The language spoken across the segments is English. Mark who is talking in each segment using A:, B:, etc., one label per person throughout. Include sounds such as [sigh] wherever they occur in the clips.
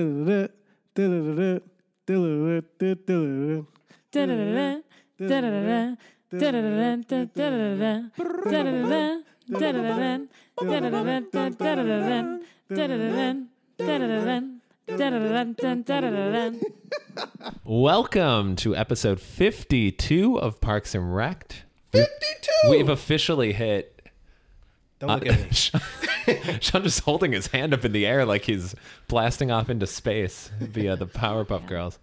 A: Da-da-da, da-da-da-da, da-da-da-da, da-da-da-da.
B: Da-da-da-da, da-da-da-da, da-da-da-da, da-da-da-da, da-da-da-da, da-da-da-da, da-da-da-da, da-da-da-da, da-da-da-da, da-da-da-da, da-da-da-da, da-da-da-da.
C: Welcome to episode 52 of Parks and Rec. 52! We've officially hit. uh,
D: Don't look at me.
C: [laughs] Sean just holding his hand up in the air like he's blasting off into space via
D: [laughs]
C: the Powerpuff Girls.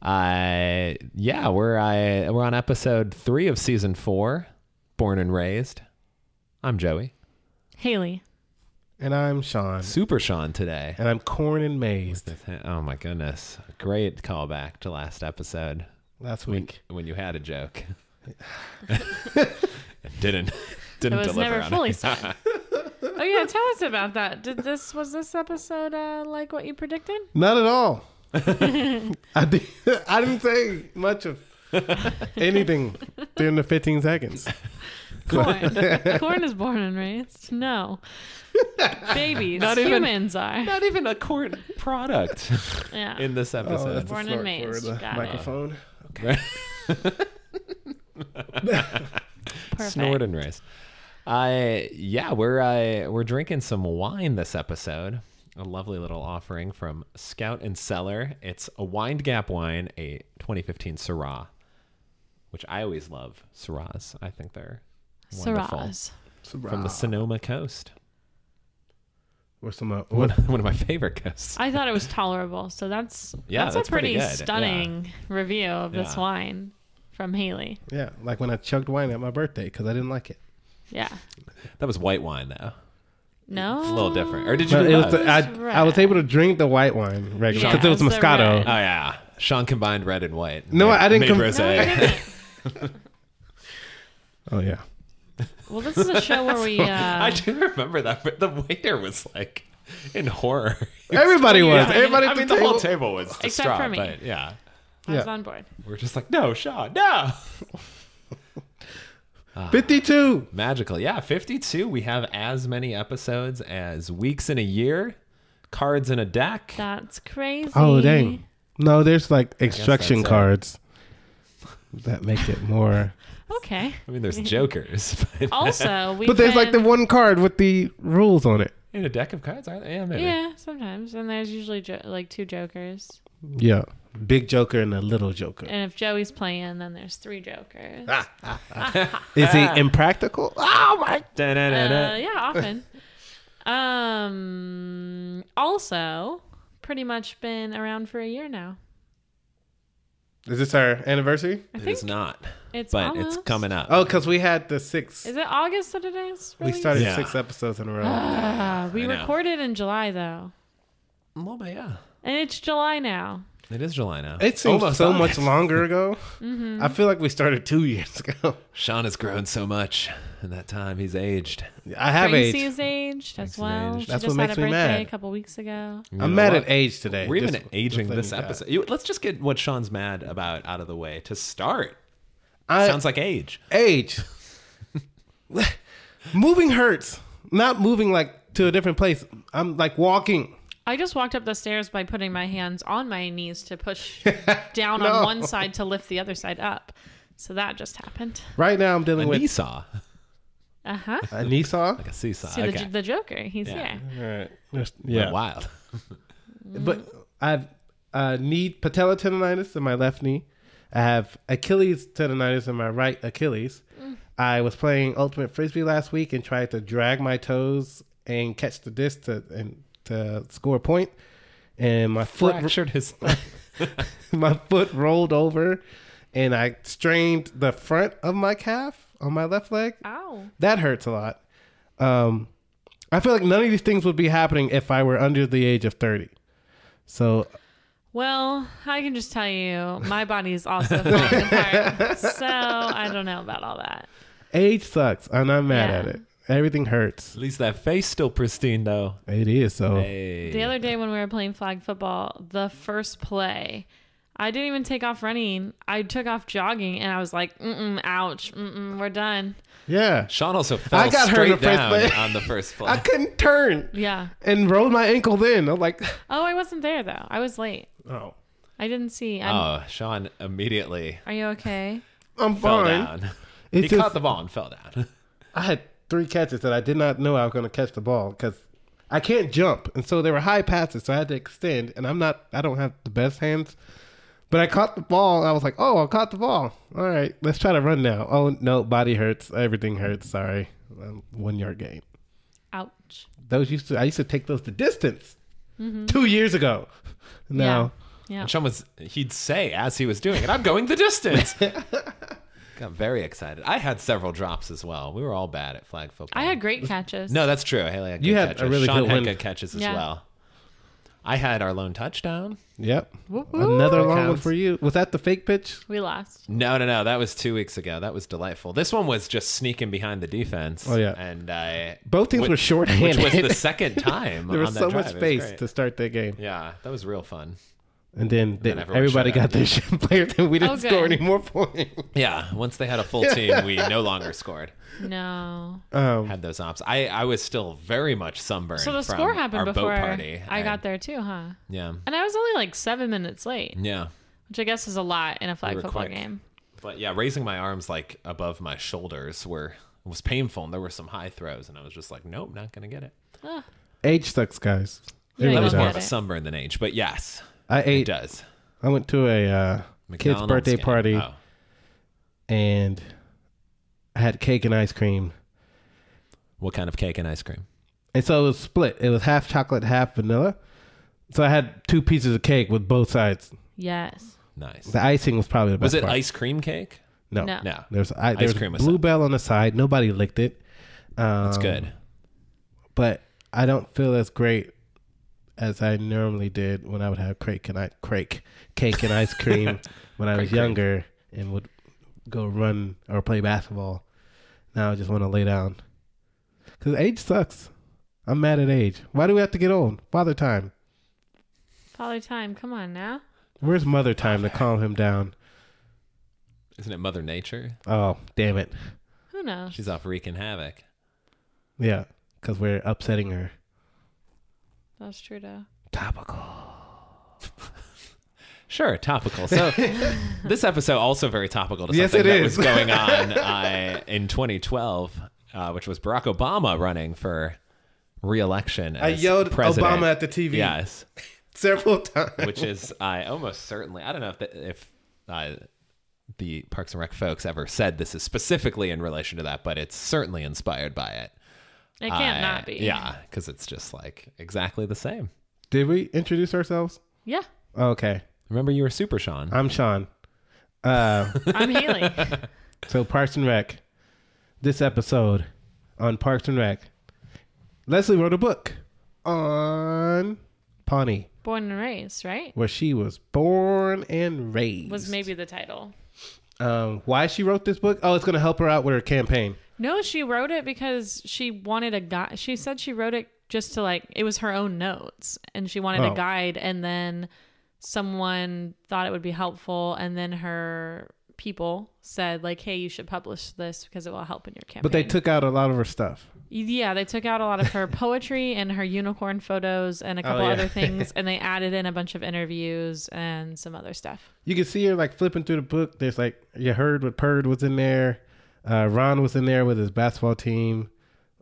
C: Uh, yeah, we're uh, we're on episode three of season four, Born and Raised. I'm Joey,
B: Haley,
D: And I'm Sean.
C: Super Sean today.
D: And I'm corn and mazed.
C: Oh my goodness! Great callback to last episode.
D: Last week.
C: when you had a [laughs] joke. didn't
B: it
C: didn't
B: was
C: deliver
B: never
C: on
B: fully
C: it.
B: spent. Oh yeah, tell us about that. Did this was this episode uh, like what you predicted?
D: Not at
C: [laughs]
D: all. I, did, I didn't say much of anything during the 15 seconds.
B: Corn. [laughs] Corn is born and raised. No. Babies.
C: Not even-
B: humans
C: [laughs]
B: are.
C: [laughs] Not even a corn product
B: Yeah.
C: in this
D: Oh,
C: episode.
B: Born and mazed.
D: the
B: Got it.
D: microphone.
B: Perfect.
C: Snort and race. I yeah, we're uh, we're drinking some wine this episode. A lovely little offering from Scout and Cellar. It's a Wind Gap wine, a 2015 Syrah, which I always love. Syrahs, I think they're wonderful.
B: Syrahs.
C: From
D: Surah.
C: the Sonoma coast,
D: Or some, uh,
C: one,
D: what,
C: one [laughs] of my favorite coasts.
B: I thought it was tolerable, so that's
C: Yeah,
B: that's,
C: that's
B: a pretty,
C: pretty good, yeah.
B: stunning review of this
C: Yeah.
B: wine from Haley.
D: yeah, like when I chugged wine at my birthday because I didn't like it.
B: Yeah.
C: That was white wine though.
B: No.
C: It's a little different. Or did you?
D: But
C: do
D: it was
C: that?
D: the, I, I was
B: red.
D: able to drink the white wine regularly
B: Yeah,
D: because it was
B: it was the
D: Moscato.
B: red.
C: oh yeah, Sean combined red and white.
D: No, I didn't
C: Made
D: com-
C: rosé.
B: No, you didn't.
D: Oh, yeah.
B: well, this is a show where we. Uh,
C: [laughs] [laughs] I do remember that, but the waiter was like in [laughs] horror.
D: Everybody was.
B: mean-
D: Everybody
C: I
D: at
C: mean,
D: the
C: the whole
D: table.
C: table was distraught.
B: for me.
C: But yeah,
B: I was
D: yeah.
B: on board.
C: we're just like, no, Sean, no.
D: 52.
C: Magical, yeah. Fifty-two. We have as many episodes as weeks in a year, cards in a deck.
B: That's crazy.
D: Oh dang! No, there's like
C: that's
D: extraction
C: it.
D: cards that make it more.
B: Okay.
C: I mean,
B: [laughs]
C: there's jokers, [laughs] but
B: Also, we.
D: but there's like the
B: can-
D: one card with the rules on it.
C: in a deck of cards, aren't there? Yeah,
D: [laughs]
C: maybe.
B: Yeah, sometimes, and there's usually jo- like two jokers.
D: Yeah, big Joker and a little Joker.
B: And if Joey's playing, then there's three jokers.
C: Ah.
D: Is
B: Ah.
D: he impractical? Oh my!
C: Da-da-da-da.
B: Uh, yeah,
C: [laughs]
B: often. um, also, pretty much been around for a year now.
D: Is this our anniversary?
B: I
C: it
B: think
C: is not,
B: it's
C: but it's
B: almost-
C: coming up.
D: Oh, because we had the six.
B: Is it August that it is?
D: We
B: released?
D: started
C: Yeah.
D: six episodes in a
B: [gasps]
D: row.
B: Ah, we
C: I know.
B: recorded in July though,
C: Well, but yeah,
B: and it's July now.
C: it is July now.
D: It seems
C: Almost
D: so
C: August.
D: much longer ago.
B: Mm-hmm.
D: I feel like we started two years [laughs] ago.
C: Sean has grown so much in that time. He's aged.
D: I have age.
B: Tracy is aged as
C: Tracy's
B: well.
C: aged.
B: She
D: That's
B: just
D: what
B: had
D: makes
B: a
D: me
B: birthday
D: mad.
B: a couple weeks ago.
D: I'm
C: You know
D: mad
C: what?
D: at age today.
C: We're
D: Just-
C: even aging
D: just
C: this
D: letting you guys-
C: episode. You- let's just get what Sean's mad about out of the way to start.
D: I,
C: Sounds like age.
D: age. moving hurts. Not moving like to a different place. I'm like walking.
B: I just walked up the stairs by putting my hands on my knees
D: [laughs]
B: to push down on
D: No.
B: one side to lift the other side up. So that just happened.
D: Right now, I'm
C: A
D: dealing with
C: seesaw.
B: Uh huh.
D: a Nissan.
C: Like a seesaw.
B: See
C: okay.
B: the, the Joker. He's
C: Yeah.
B: here.
D: All right.
C: Went
D: Yeah.
C: Wild.
D: But I uh, need patella tendonitis in my left knee. I have Achilles tendonitis in my right Achilles. I was playing ultimate frisbee last week and tried to drag my toes and catch the disc to and to score a point, and my foot
C: Fractured [laughs] his thumb.
D: [laughs] my foot rolled over and I strained the front of my calf on my left leg.
B: Ow.
D: That hurts a lot. Um, I feel like none of these things would be happening if I were under the age of 30. So,
B: Well, I can just tell you, my body's also falling
D: [laughs]
B: apart. So I don't know about all that.
D: age sucks. and I'm mad
B: Yeah.
D: at it. Everything hurts.
C: At least that face still pristine though.
D: It is. So,
C: Hey.
B: The other day when we were playing flag football, the first play, I didn't even take off running. I took off jogging, and I was like, "Mm-mm, ouch, mm-mm, we're done."
D: Yeah.
C: Sean also fell
D: I got hurt
C: straight
D: in the first
C: down
D: play.
C: on the first
D: [laughs]
C: play.
D: I couldn't turn
B: Yeah.
D: and rolled my ankle then. I'm
C: [sighs]
D: like,
B: Oh, I wasn't there though. I was late.
D: oh,
B: I didn't see. I'm,
C: oh, Sean immediately
B: Are you okay?
D: I'm
C: fell
D: fine.
C: down.
D: It's
C: he
D: just-
C: caught the ball and fell down.
D: I had three catches that I did not know I was going to catch the ball because I can't jump, and so they were high passes, so I had to extend, and I'm not, I don't have the best hands, but I caught the ball. and I was like, oh, I caught the ball. All right, let's try to run now. Oh no, body hurts, everything hurts. Sorry, um, one yard gain.
B: Ouch.
D: Those used to, I used to take those to distance two years ago. Now,
B: Yeah.
C: And Sean was, he'd say as he was doing it, I'm going
D: [laughs]
C: the distance. Got very excited. I had several drops as well. We were all bad at flag football.
B: I had great catches.
C: No, that's true. Haley had good
D: You had a
C: catches.
D: really
C: Sean
D: good
C: had
D: one.
C: good catches as
B: Yeah.
C: well. I had our lone touchdown.
D: yep,
B: Whoop, whoop.
D: another long
C: That
D: one
C: counts.
D: for you. Was that the fake pitch?
B: We lost.
C: No, no, no. That was two weeks ago. That was delightful. This one was just sneaking behind the defense.
D: Oh, yeah.
C: and I
D: Both teams
C: Which-
D: were
C: which
D: shorthanded.
C: was
D: [laughs]
C: the second time.
D: there
C: on
D: was
C: that
D: so
C: drive.
D: much
C: It was
D: space
C: great.
D: to start that game.
C: Yeah, that was real fun.
D: And then,
C: then
D: they-
C: everyone
D: everybody
C: shut up.
D: got their [laughs] shit players and we didn't
B: Oh, good.
D: score any more points.
C: Yeah, once they had
D: [laughs]
C: a full team, we no longer scored.
B: No.
D: Um,
C: Had those ops. I I was still very much sunburned.
B: So the
C: from
B: score happened
C: our
B: before
C: boat party.
B: I got
C: the
B: there too, huh?
C: Yeah,
B: And I was only like seven minutes late,
C: yeah.
B: which I guess is a lot in a flag
C: were
B: football
C: quick.
B: game.
C: But yeah, raising my arms like above my shoulders were was painful, and there were some high throws, and I was just like, nope, not gonna get it.
D: [laughs] age sucks, guys. It
B: Yeah,
D: really
C: That was
B: don't
C: more
B: get
C: of a
B: it.
C: sunburn than age, but yes,
D: I
C: it
D: ate.
C: does.
D: I went to a uh, kid's
C: McDonald's
D: birthday
C: game.
D: party
C: Oh.
D: and I had cake and ice cream.
C: What kind of cake and ice cream?
D: And so it was split. It was half chocolate, half vanilla. So I had two pieces of cake with both sides.
B: Yes.
C: Nice.
D: The icing was probably the best
C: Was it
D: part.
C: ice cream cake?
D: No,
B: No.
C: No,
D: There's I, there was
C: cream was
D: bluebell on the side. Nobody licked it. Um,
C: it's good.
D: but I don't feel as great as I normally did when I would have cake and I crake cake and ice cream [laughs] when I was
C: Crake, crake.
D: younger and would go run or play basketball. Now I just want to lay down because age sucks. I'm mad at age. Why do we have to get old? Father time.
B: Father time, come on now.
D: Where's mother time to calm him down?
C: Isn't it Mother Nature?
D: Oh, damn it.
B: Who knows?
C: She's off wreaking havoc.
D: Yeah, because we're upsetting her.
B: That's true though.
D: Topical.
C: [laughs] Sure,
B: [laughs]
C: topical. So this episode also very topical to something
D: Yes, it
C: that
D: is.
C: was
D: [laughs]
C: going on uh, in 2012, uh, which was Barack Obama running for re-election. As
D: I yelled
C: president.
D: Obama at the TV
C: Yes,
D: [laughs] several times. [laughs]
C: which is I almost certainly I don't know if the, if uh, the Parks and Rec folks ever said this is specifically in relation to that, but it's certainly inspired by it.
B: It can't
C: I-
B: not be.
C: Yeah, because it's just like exactly the same.
D: Did we introduce ourselves?
B: Yeah.
D: Okay.
C: Remember, you were Super Sean.
D: I'm Sean. Uh,
B: I'm Haley.
D: So Parks and Rec, this episode on Parks and Rec, Leslie wrote a book on Pawnee,
B: [laughs] Born and raised, right?
D: where she was born and raised.
B: Was maybe the title.
D: um, why she wrote this book? Oh, it's going to help her out with her campaign.
B: No, she wrote it because she wanted a guy. She said she wrote it just to like it was her own notes, and she wanted
D: Oh.
B: a guide. And then someone thought it would be helpful, and then her people said like, "Hey, you should publish this because it will help in your campaign."
D: But they took out a lot of her stuff.
B: yeah, they took out a lot of
D: [laughs]
B: her poetry and her unicorn photos and a couple
D: Oh, yeah. [laughs]
B: other things, and they added in a bunch of interviews and some other stuff.
D: You can see her like flipping through the book. There's like you heard what Purd was in there. Uh, Ron was in there with his basketball team.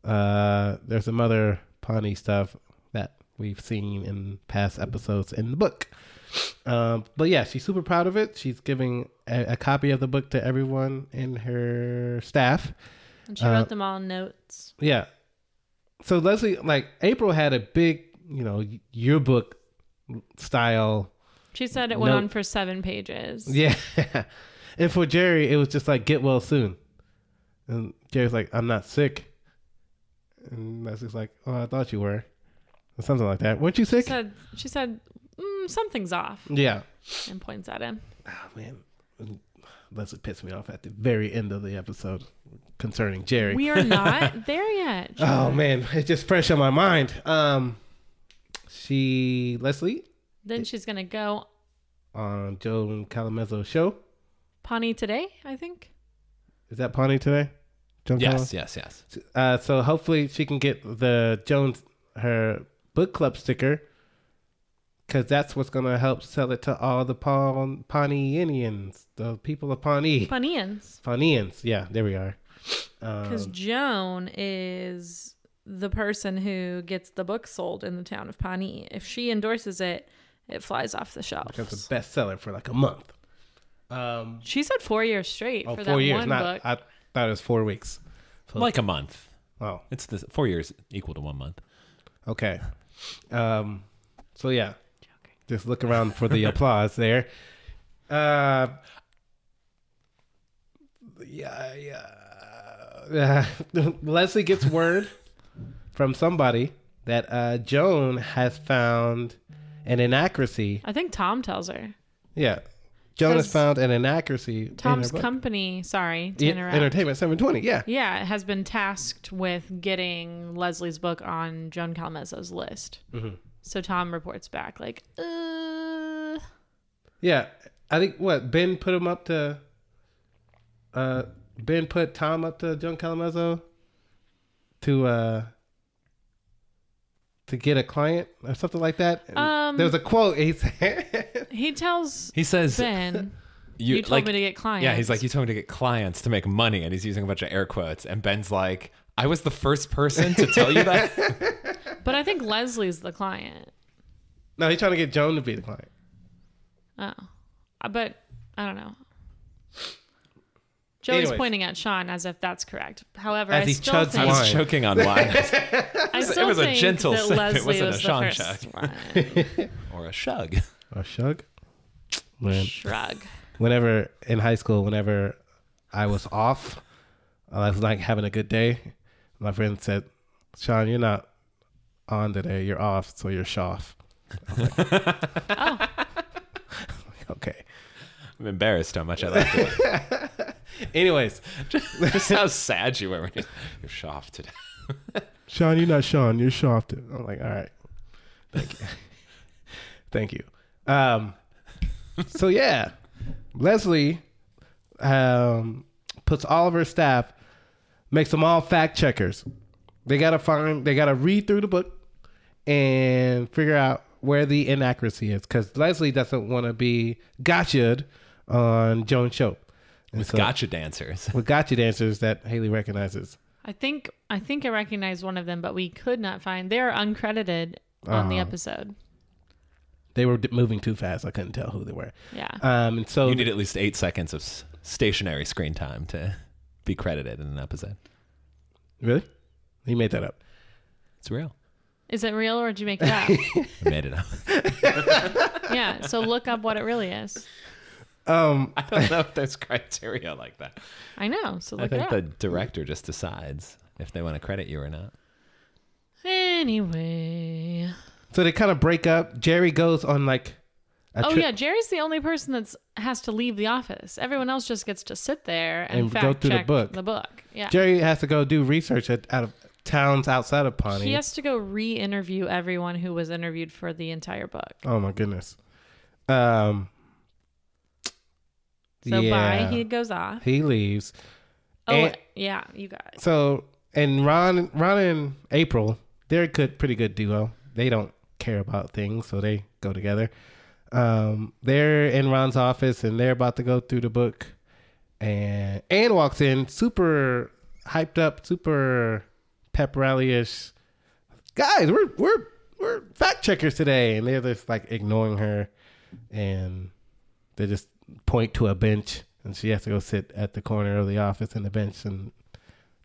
D: Uh, there's some other Pawnee stuff that we've seen in past episodes in the book. Um, but yeah, she's super proud of it. She's giving a, a copy of the book to everyone in her staff.
B: And she
D: Uh,
B: wrote them all in notes.
D: Yeah. So Leslie, like April, had a big, you know, yearbook style
B: She said it went
D: note-
B: on for seven pages.
D: Yeah. [laughs] and for Jerry, it was just like, get well soon. And Jerry's like, I'm not sick. And Leslie's like, oh, I thought you were. Or something like that. Weren't you
B: She
D: sick?
B: said she said mm, something's off.
D: yeah.
B: and points at him.
D: Oh, man. And Leslie pissed me off at the very end of the episode concerning Jerry.
B: We are not [laughs] there yet.
D: [laughs] oh, man. It's just fresh on my mind. Um, She, Leslie,
B: Then she's gonna go
D: on Joe Calamezzo's show.
B: Pawnee today, I think.
D: Is that Pawnee today? Joan
C: Yes, yes, yes.
D: Calame- Uh, so hopefully she can get the Jones her book club sticker because that's what's gonna help sell it to all the Pawn Pawnee Indians, the people of Pawnee.
B: Pawneeans.
D: Pawneeans, yeah, there we are. Um,
B: Because Joan is the person who gets the book sold in the town of Pawnee. If she endorses it, it flies off the
D: becomes
B: shelves.
D: a bestseller for like a month. Um,
B: She said four years straight
D: oh,
B: for
D: four
B: that
D: years.
B: one
D: Not
B: book.
D: I thought it was four weeks. So-
C: Like a month.
D: oh,
C: It's the four years equal to one month.
D: okay. Um, so yeah,
B: Joking.
D: just look around for
B: [laughs]
D: the applause there. Uh, yeah, yeah. [laughs] Leslie gets word from somebody that uh, Joan has found an inaccuracy.
B: I think Tom tells her.
D: Yeah, Joan has
B: Has-
D: found an inaccuracy.
B: Tom's
D: in her book.
B: company, sorry to
D: Yeah,
B: interrupt.
D: Entertainment 720. Yeah.
B: yeah, has been tasked with getting Leslie's book on Joan Calmezzo's list.
C: Mm-hmm.
B: So Tom reports back like, uh,
D: Yeah, I think what Ben put him up to. Uh, Ben put Tom up to John Calamezzo to uh to get a client or something like that. And
B: Um,
D: there was a quote he said. [laughs]
B: he
C: [laughs]
B: tells
C: He says,
B: Ben,
C: "You,
B: told
C: like,
B: me to get clients."
C: Yeah, he's like, "You told me to get clients to make money," and he's using a bunch of air quotes. And Ben's like, "I was the first person to tell
B: [laughs]
C: you that."
B: but I think Leslie's the client.
D: no, he's trying to get Joan to be the client.
B: Oh, Uh, but I don't know. Joey's
D: Anyways.
B: pointing at Sean as if that's correct. However,
D: As
B: I
D: he
B: still
D: chugs
C: I
B: think,
C: was
D: Wine.
C: choking
D: [laughs]
C: on wine
B: I still
C: was a
B: think
C: gentle
B: that
C: sip. It
B: Leslie
C: wasn't a
B: was the
C: Sean
B: first
C: chug.
B: one.
C: or a shug.
D: Or Shug. When,
B: Shrug.
D: whenever in high school, whenever I was off, I was like having a good day. My friend said, "Sean, you're not on today. You're off, so you're shoff."
B: Oh,
D: [laughs] Okay.
C: I'm embarrassed how much I like it.
D: Anyways,
C: Just how sad you were when you're, you're shocked today.
D: Sean, you're not Sean. You're Shofton. I'm like, all right. [laughs] Thank you. Thank you. Um, so, yeah, Leslie um, puts all of her staff, makes them all fact checkers. They got to find, they got to read through the book and figure out where the inaccuracy is because Leslie doesn't want to be gotcha'd on Joan's show. And so-
C: Gotcha dancers.
D: with gotcha dancers that Haley recognizes.
B: I think I think I recognize one of them, but we could not find. They are uncredited on
D: Uh-huh.
B: the episode.
D: They were d- moving too fast. I couldn't tell who they were.
B: Yeah.
D: Um, and so
C: You need at least eight seconds of s- stationary screen time to be credited in an episode.
D: really, he made that up.
C: It's real.
B: Is it real or did you make it up?
D: [laughs]
C: I made it up. [laughs]
B: yeah. So look up what it really is.
D: Um,
C: I don't know if there's criteria like that.
B: I know. So
C: I
B: look it
C: think
B: up.
C: the director just decides if they want to credit you or not.
B: Anyway.
D: so they kind of break up. Jerry goes on like a
B: Oh
D: trip
B: yeah, Jerry's the only person that's has to leave the office. Everyone else just gets to sit there and,
D: And go
B: fact
D: through the
B: check
D: book.
B: The book. Yeah.
D: Jerry has to go do research at, out of towns outside of Pawnee.
B: he has to go re-interview everyone who was interviewed for the entire book.
D: oh my goodness. Um,
B: So
D: yeah,
B: bye. He goes off.
D: he leaves.
B: Oh
D: and-
B: yeah, you got it.
D: So and Ron, Ron and April, they're a good, pretty good duo. They don't care about things, so they go together. Um, they're in Ron's office, and they're about to go through the book. And Anne walks in, super hyped up, super pep rally ish. Guys, we're we're we're fact checkers today, and they're just like ignoring her, and they just point to a bench, and she has to go sit at the corner of the office in the bench and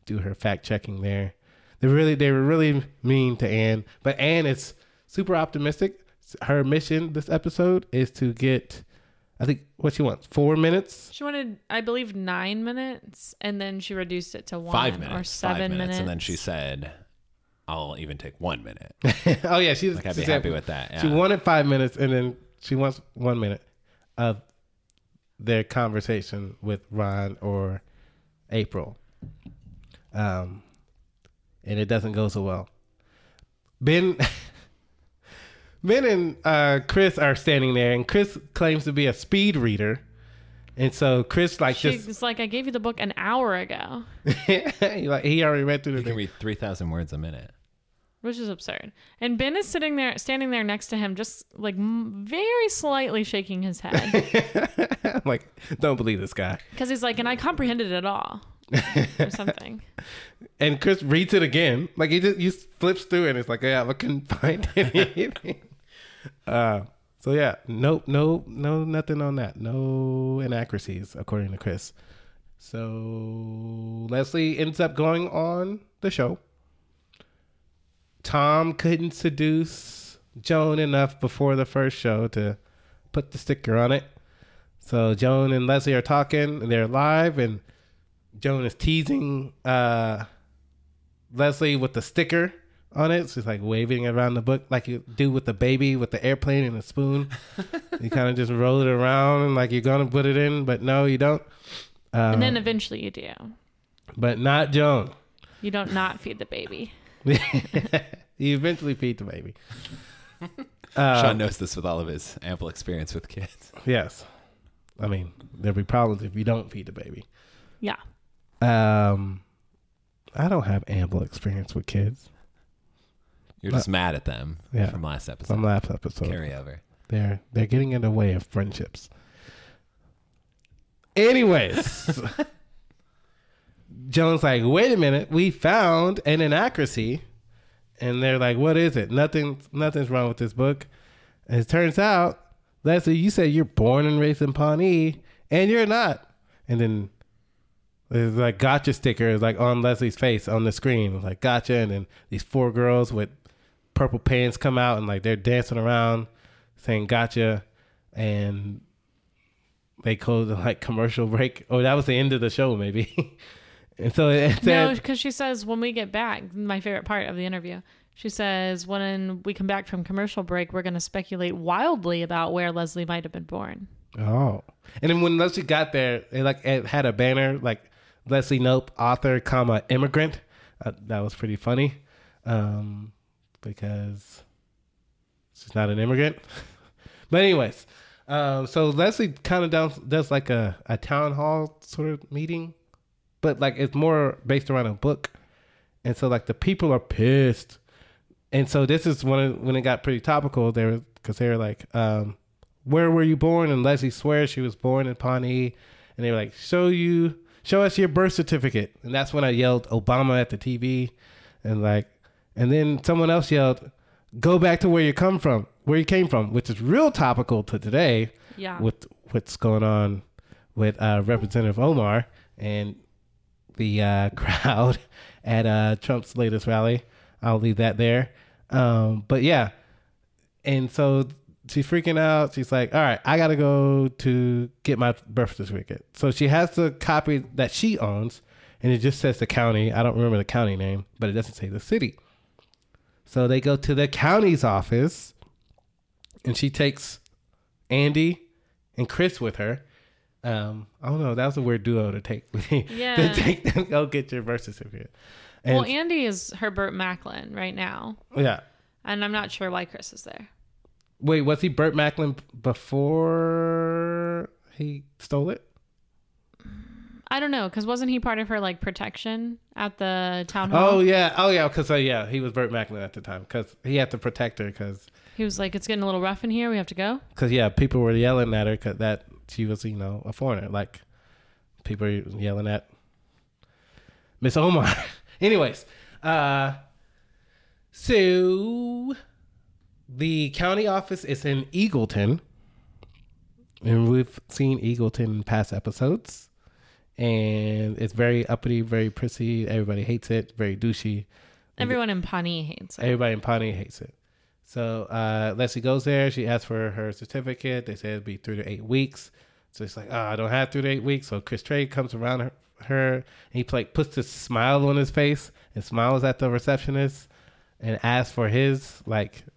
D: do her fact checking there. They really they were really mean to Anne, but Anne is super optimistic. Her mission this episode is to get, I think, what she wants four minutes.
B: She wanted, I believe, nine minutes, and then she reduced it to one
C: Five
B: or
C: minutes.
B: seven
C: five minutes,
B: minutes,
C: And then she said, I'll even take
D: [laughs]
C: one minute.
D: oh yeah, she's
C: Like, I'd
D: she
C: be
D: said
C: happy with that.
D: She
C: yeah.
D: wanted five minutes, and then she wants one minute of their conversation with Ron or April. Um, and it doesn't go so well. [laughs] Ben, Min and uh, Chris are standing there, and Chris claims to be a speed reader, and so Chris like
B: She's like, I gave you the book an hour ago,
D: just [laughs] he, like he already read through the
C: You can
D: thing.
C: read 3,000 words a minute.
B: which is absurd. And Ben is sitting there, standing there next to him, just like m- very slightly shaking his
C: [laughs]
B: head
D: [laughs] I'm like, don't believe this guy.
B: because he's like, and I comprehended it all or something.
C: [laughs]
D: And Chris reads it again, like he just he flips through, it and it's like, yeah, I couldn't [laughs] find anything. uh, so yeah, nope, no, no, nothing on that. No inaccuracies according to Chris. So Leslie ends up going on the show. Tom couldn't seduce Joan enough before the first show to put the sticker on it. So Joan and Leslie are talking and they're live and Joan is teasing uh, Leslie with the sticker on it. She's like waving around the book like you do with the baby with the airplane and the spoon. you kind of just roll it around and like you're gonna put it in, but no, you don't. Um,
B: And
C: Uh.
B: then eventually you do.
D: but not Joan.
B: You don't not feed the baby.
D: you eventually feed the baby. Uh, Um,
C: Sean knows this with all of his ample experience with kids.
D: Yes. I mean, there'll be problems if you don't feed the baby.
B: Yeah.
D: Um, I don't have ample experience with kids.
C: You're just mad at them
D: Uh, Yeah.
C: from last episode.
D: Some last episode.
C: Carry over.
D: They're they're getting in the way of friendships. Anyways, Jones like, wait a minute, we found an inaccuracy, and they're like, what is it? Nothing, nothing's wrong with this book. And it turns out, Leslie, you said you're born and raised in Pawnee, and you're not. And then there's like gotcha sticker is like on Leslie's face on the screen, like gotcha, and then these four girls with purple pants come out and like they're dancing around saying gotcha and they close the like commercial break. Oh, that was the end of the show, maybe. [laughs] and so it
B: No,
D: said,
B: because she says when we get back, my favorite part of the interview. She says when we come back from commercial break, we're going to speculate wildly about where Leslie might have been born.
D: oh. And then when Leslie got there, it like it had a banner like Leslie Nope, author, comma immigrant. Uh, that was pretty funny, um, because she's not an immigrant. [laughs] but anyways, um, so Leslie kind of does, does like a, a town hall sort of meeting, but like it's more based around a book, and so like the people are pissed, and so this is when it, when it got pretty topical there because they were like, um, "Where were you born?" And Leslie swears she was born in Pawnee, and they were like, "Show you." Show us your birth certificate, and that's when I yelled Obama at the TV, and like, and then someone else yelled, go back to where you come from, where you came from, which is real topical to today
B: Yeah.
D: with what's going on with uh, Representative Omar and the uh, [laughs] crowd at uh, Trump's latest rally. I'll leave that there. Um, but yeah, and so she's freaking out. She's like, "All right, I gotta go to get my birth certificate." So she has the copy that she owns, and it just says the county. I don't remember the county name, but it doesn't say the city. So they go to the county's office, and she takes Andy and Chris with her. Um, I don't know. That was a weird duo to take. [laughs]
B: Yeah.
D: to take them, go get your birth certificate. And
B: well, Andy is Herbert Macklin right now,
D: yeah.
B: and I'm not sure why Chris is there.
D: Wait, was he Burt Macklin before he stole it?
B: I don't know because wasn't he part of her like protection at the town hall?
D: Oh yeah, oh yeah, because uh, yeah, he was Burt Macklin at the time because he had to protect her because
B: He was like, "It's getting a little rough in here. We have to go."
D: yeah, people were yelling at her because that she was you know a foreigner like people were yelling at Miss Omar. [laughs] Anyways, uh, so the county office is in Eagleton, and we've seen Eagleton in past episodes. And it's very uppity, very prissy. Everybody hates it. Very douchey.
B: Everyone in Pawnee hates it.
D: Everybody in Pawnee hates it. So uh, Leslie goes there. She asks for her certificate. They said it'd be three to eight weeks. So she's like, oh, I don't have three to eight weeks. So Chris Trey comes around her, her and he like puts this smile on his face and smiles at the receptionist and asks for his like [laughs]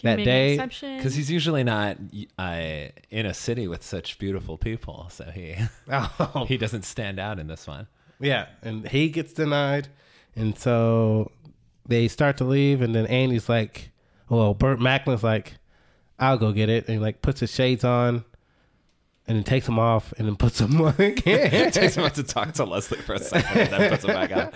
B: Can
D: that
B: you make an
D: day,
B: exception?
C: Because he's usually not uh, in a city with such beautiful people,
D: [laughs]
C: so he
D: oh
C: he doesn't stand out in this one.
D: yeah, and he gets denied, and so they start to leave, and then Andy's like, Well, Burt Macklin's like, I'll go get it, and he like puts his shades on, and then takes them off, and then puts them [laughs] on again.
C: [laughs] It takes him to talk to Leslie for a second and then puts him back
D: [laughs]
C: on.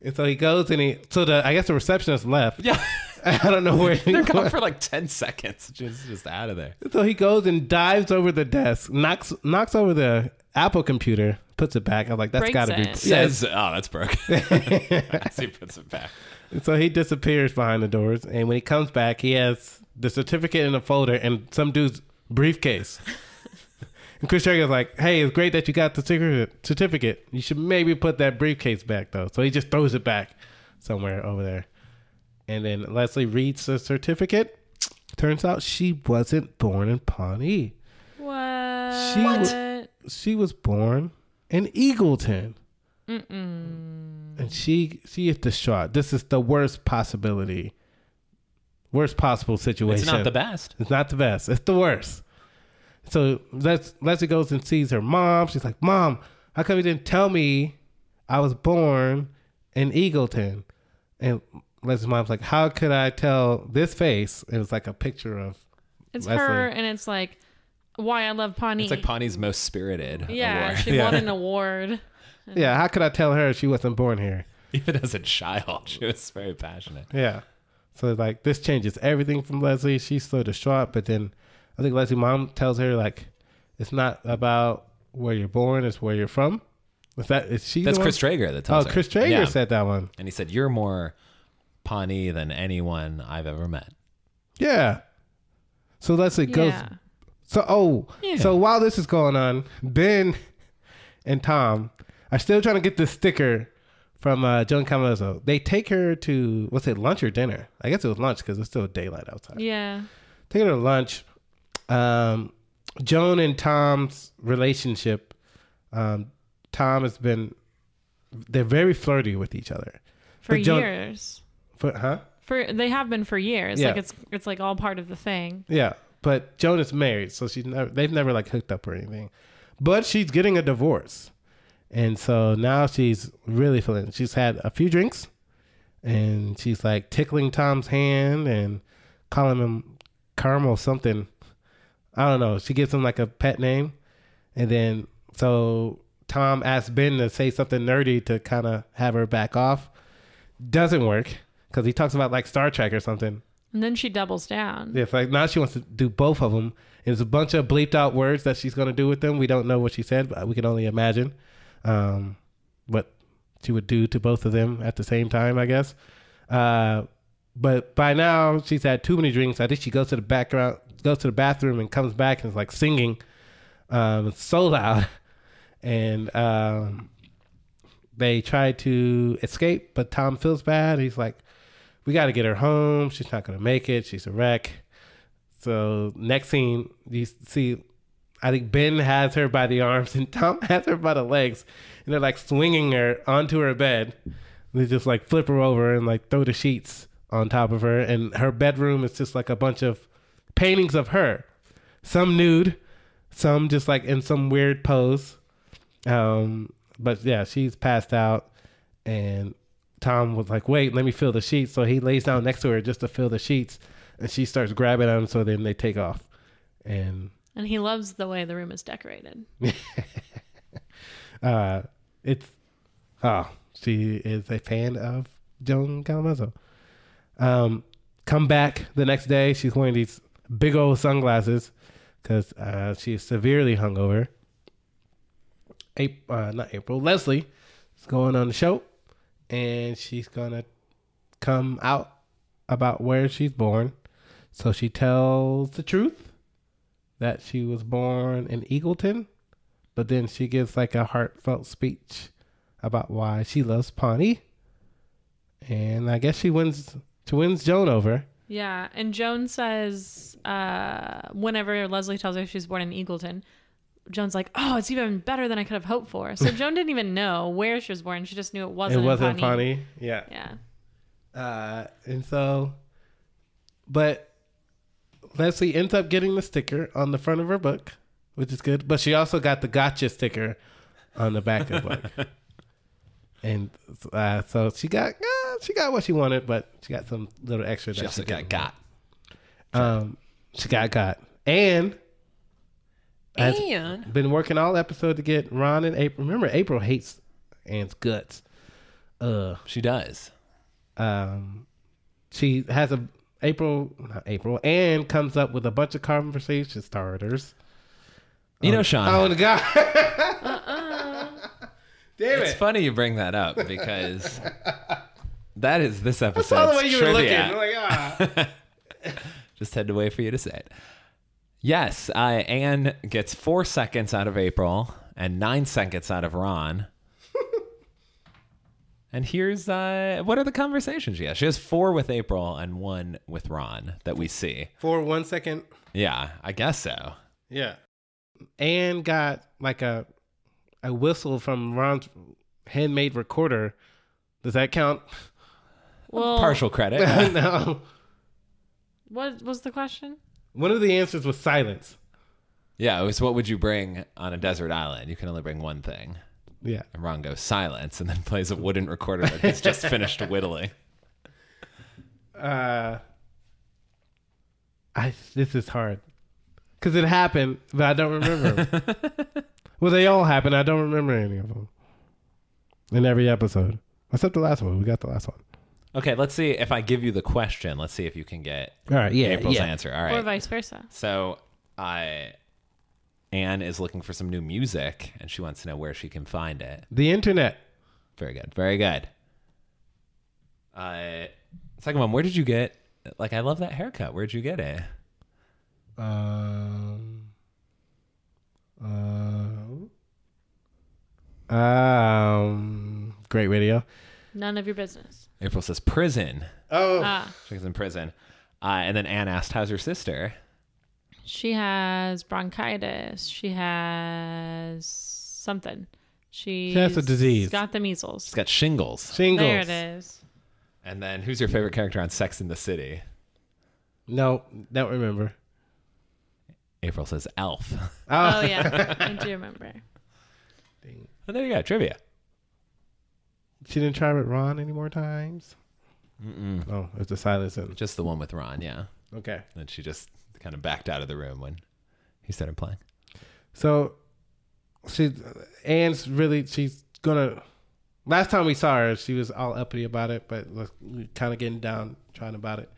D: and so he goes, and he so the I guess the receptionist left. [laughs]
C: Yeah.
D: I don't know where he
C: They're
D: went.
C: gone for like 10 seconds. Just, just out of there.
D: So he goes and dives over the desk, knocks knocks over the Apple computer, puts it back. I'm like, that's
B: Breaks
D: got to be
B: it.
C: Says, oh,
D: [laughs]
C: that's broken. As he puts it back.
D: So he disappears behind the doors, and when he comes back, he has the certificate in a folder and some dude's briefcase. and Chris Jericho's like, "Hey, it's great that you got the secret certificate. You should maybe put that briefcase back, though." So he just throws it back somewhere over there, and then Leslie reads the certificate. Turns out she wasn't born in Pawnee.
B: What?
D: She w- She was born in Eagleton.
B: Mm-mm.
D: and she she is distraught. This is the worst possibility, worst possible situation.
C: It's not the best.
D: It's not the best. It's the worst. So Les- Leslie goes and sees her mom. She's like, "Mom, how come you didn't tell me I was born in Eagleton?" And Leslie's mom's like, "How could I tell this face?" It was like a picture of
B: It's
D: Leslie.
B: her, and it's like why I love Pawnee.
C: It's like Pawnee's most spirited.
B: yeah,
C: award.
B: she
D: Yeah.
B: won an award.
D: yeah. How could I tell her she wasn't born here?
C: [laughs] Even as a child, she was very passionate.
D: Yeah. So like this changes everything from Leslie. She's so distraught, but then I think Leslie's mom tells her like it's not about where you're born, it's where you're from. Is that is she? the
C: That's
D: one?
C: Chris Traeger that
D: Oh,
C: tells her.
D: Chris Traeger
C: Yeah.
D: said that one.
C: And he said, You're more Pawnee than anyone I've ever met.
D: Yeah. So Leslie goes.
B: Yeah.
D: So oh,
B: Yeah.
D: so while this is going on, Ben and Tom are still trying to get this sticker from uh, Joan Camillo. They take her to what's it, lunch or dinner? I guess it was lunch because it's still daylight outside.
B: Yeah.
D: taking her to lunch. Um, Joan and Tom's relationship. Um, Tom has been. They're very flirty with each other.
B: For
D: But John-
B: years.
D: For, huh?
B: For they have been for years.
D: Yeah.
B: Like it's it's like all part of the thing.
D: Yeah, but Joan is married, so she's never. They've never like hooked up or anything, but she's getting a divorce, and so now she's really feeling. She's had a few drinks, and she's like tickling Tom's hand and calling him caramel something. I don't know. She gives him like a pet name, and then so Tom asks Ben to say something nerdy to kind of have her back off. Doesn't work because he talks about like Star Trek or something.
B: And then she doubles down.
D: Yeah, it's like now she wants to do both of them. It's a bunch of bleeped out words that she's going to do with them. We don't know what she said, but we can only imagine um, what she would do to both of them at the same time, I guess. Uh, but by now, she's had too many drinks. I think she goes to the background, goes to the bathroom, and comes back and is like singing um, so loud. [laughs] And um, they try to escape, but Tom feels bad. He's like, we got to get her home. She's not going to make it. She's a wreck. So next scene, you see, I think Ben has her by the arms and Tom [laughs] has her by the legs, and they're like swinging her onto her bed. They just like flip her over and like throw the sheets on top of her, and her bedroom is just like a bunch of paintings of her, some nude, some just like in some weird pose. Um, but yeah, she's passed out, and Tom was like, "Wait, let me feel the sheets." So he lays down next to her just to feel the sheets, and she starts grabbing at him. So then they take off, and
B: And he loves the way the room is decorated.
D: uh, it's oh, she is a fan of Joan Calamazzo. Um, come back the next day. She's wearing these big old sunglasses because uh, she is severely hungover. April, uh, not April. Leslie is going on the show, and she's gonna come out about where she's born. So she tells the truth that she was born in Eagleton, but then she gives like a heartfelt speech about why she loves Pawnee, and I guess she wins. She wins Joan over.
B: Yeah. And Joan says, uh, whenever Leslie tells her she's born in Eagleton, Joan's like, Oh, it's even better than I could have hoped
D: [laughs]
B: for. So Joan didn't even know where she was born. She just knew it wasn't.
D: it
B: in
D: wasn't
B: Pawnee.
D: Pawnee. Yeah.
B: Yeah.
D: Uh, and so, but Leslie ends up getting the sticker on the front of her book, which is good. But she also got the gotcha sticker on the back of the
C: [laughs]
D: book. And uh, so she got uh, she got what she wanted, but she got some little extra.
C: She
D: that
C: also
D: didn't
C: got got.
D: Um, she got caught. And I've
C: And
D: been working all episode to get Ron and April. Remember, April hates Anne's guts. Uh,
C: she does.
D: um, she has a April, not April, Anne comes up with a bunch of conversation starters.
C: You know, Sean.
D: Oh, my God. [laughs] Damn
C: It's
D: it.
C: funny you bring that up
D: [laughs]
C: because that is this
D: That's all the
C: episode's
D: way you were looking.
C: trivia.
D: I'm like, ah. [laughs]
C: Just had to wait for you to say it. Yes, uh, Anne gets four seconds out of April and nine seconds out of Ron. and here's uh, what are the conversations she has? She has four with April and one with Ron that we see.
D: For one second.
C: Yeah, I guess so.
D: Yeah. Anne got like a a whistle from Ron's handmade recorder. Does that count? [laughs]
B: Well,
C: Partial credit.
D: no.
B: What was the question?
D: One of the answers was silence.
C: yeah, it was what would you bring on a desert island? You can only bring one thing.
D: Yeah.
C: And Ron goes silence and then [laughs] plays a wooden recorder that he's just finished whittling.
D: Uh I this is hard. Cuz it happened, but I don't remember. 'em. well, they all happened. I don't remember any of them. In every episode. Except the last one. We got the last one.
C: Okay, let's see if I give you the question. Let's see if you can get
D: All right. Yeah.
C: April's
D: yeah.
C: answer. All
B: Or
C: right.
B: vice versa.
C: so I Anne is looking for some new music and she wants to know where she can find it.
D: The internet.
C: Very good. Very good. Uh second one, where did you get like I love that haircut. Where'd you get it?
D: Um. Uh, um. Great radio.
B: None of your business.
C: April says prison.
D: Oh.
B: Ah,
C: She's in prison. Uh, and then Anne asked, How's your sister?
B: she has bronchitis. She has something. She
D: has a disease.
B: Got the measles.
C: She's got shingles.
D: Singles.
B: There it is.
C: And then who's your favorite character on Sex in the City?
D: No, don't remember.
C: April says Elf. [laughs]
D: Ah.
B: Oh yeah, I
D: [laughs]
B: do remember.
C: and there you go, trivia.
D: She didn't try with Ron any more times. Mm-mm. Oh, it's a silence. in-
C: Just the one with Ron, yeah.
D: Okay.
C: And she just kind of backed out of the room when he started playing.
D: So, she Anne's really she's gonna. Last time we saw her, she was all uppity about it, but kind of getting down trying about it.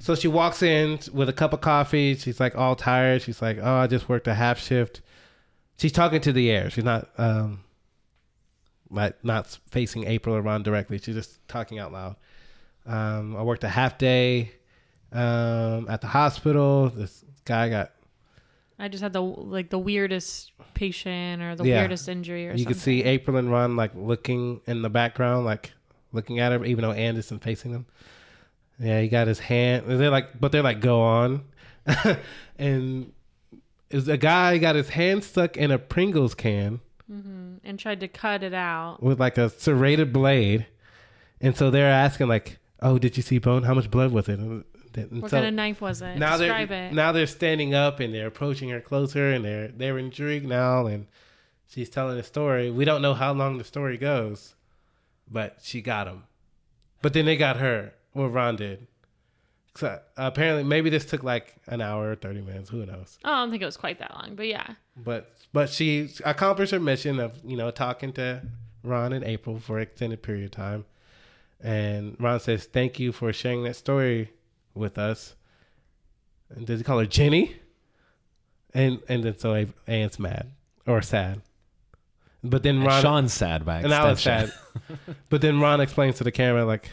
D: So she walks in with a cup of coffee. She's like all tired. She's like, "Oh, I just worked a half shift." She's talking to the air. She's not um, like not facing April or Ron directly. She's just talking out loud. Um, I worked a half day um, at the hospital. This guy got
B: I just had the like the weirdest patient or the
D: Yeah.
B: weirdest injury or
D: you
B: something.
D: could see April and Ron like looking in the background, like looking at her, even though Ann isn't facing them. Yeah, he got his hand. They're like, but they're like, go on. [laughs] and is a guy got his hand stuck in a Pringles can
B: and tried to cut it out.
D: with like a serrated blade, and so they're asking like, oh, did you see bone? How much blood was it? And and
B: What
D: so-
B: kind of knife was it?
D: now
B: Describe
D: they're
B: it.
D: now they're standing up and they're approaching her closer and they're they're intrigued now and she's telling a story. We don't know how long the story goes, but she got him. But then they got her. Well, Ron did. So apparently, maybe this took like an hour or thirty minutes. Who knows?
B: oh, I don't think it was quite that long, but yeah.
D: But but she accomplished her mission of you know talking to Ron and April for an extended period of time, and Ron says thank you for sharing that story with us. And does he call her Jenny? And and then so Ab- Anne's mad or sad, but then
C: And
D: Ron
C: Sean's sad by
D: and
C: extension.
D: I was sad, [laughs] but then Ron explains to the camera like,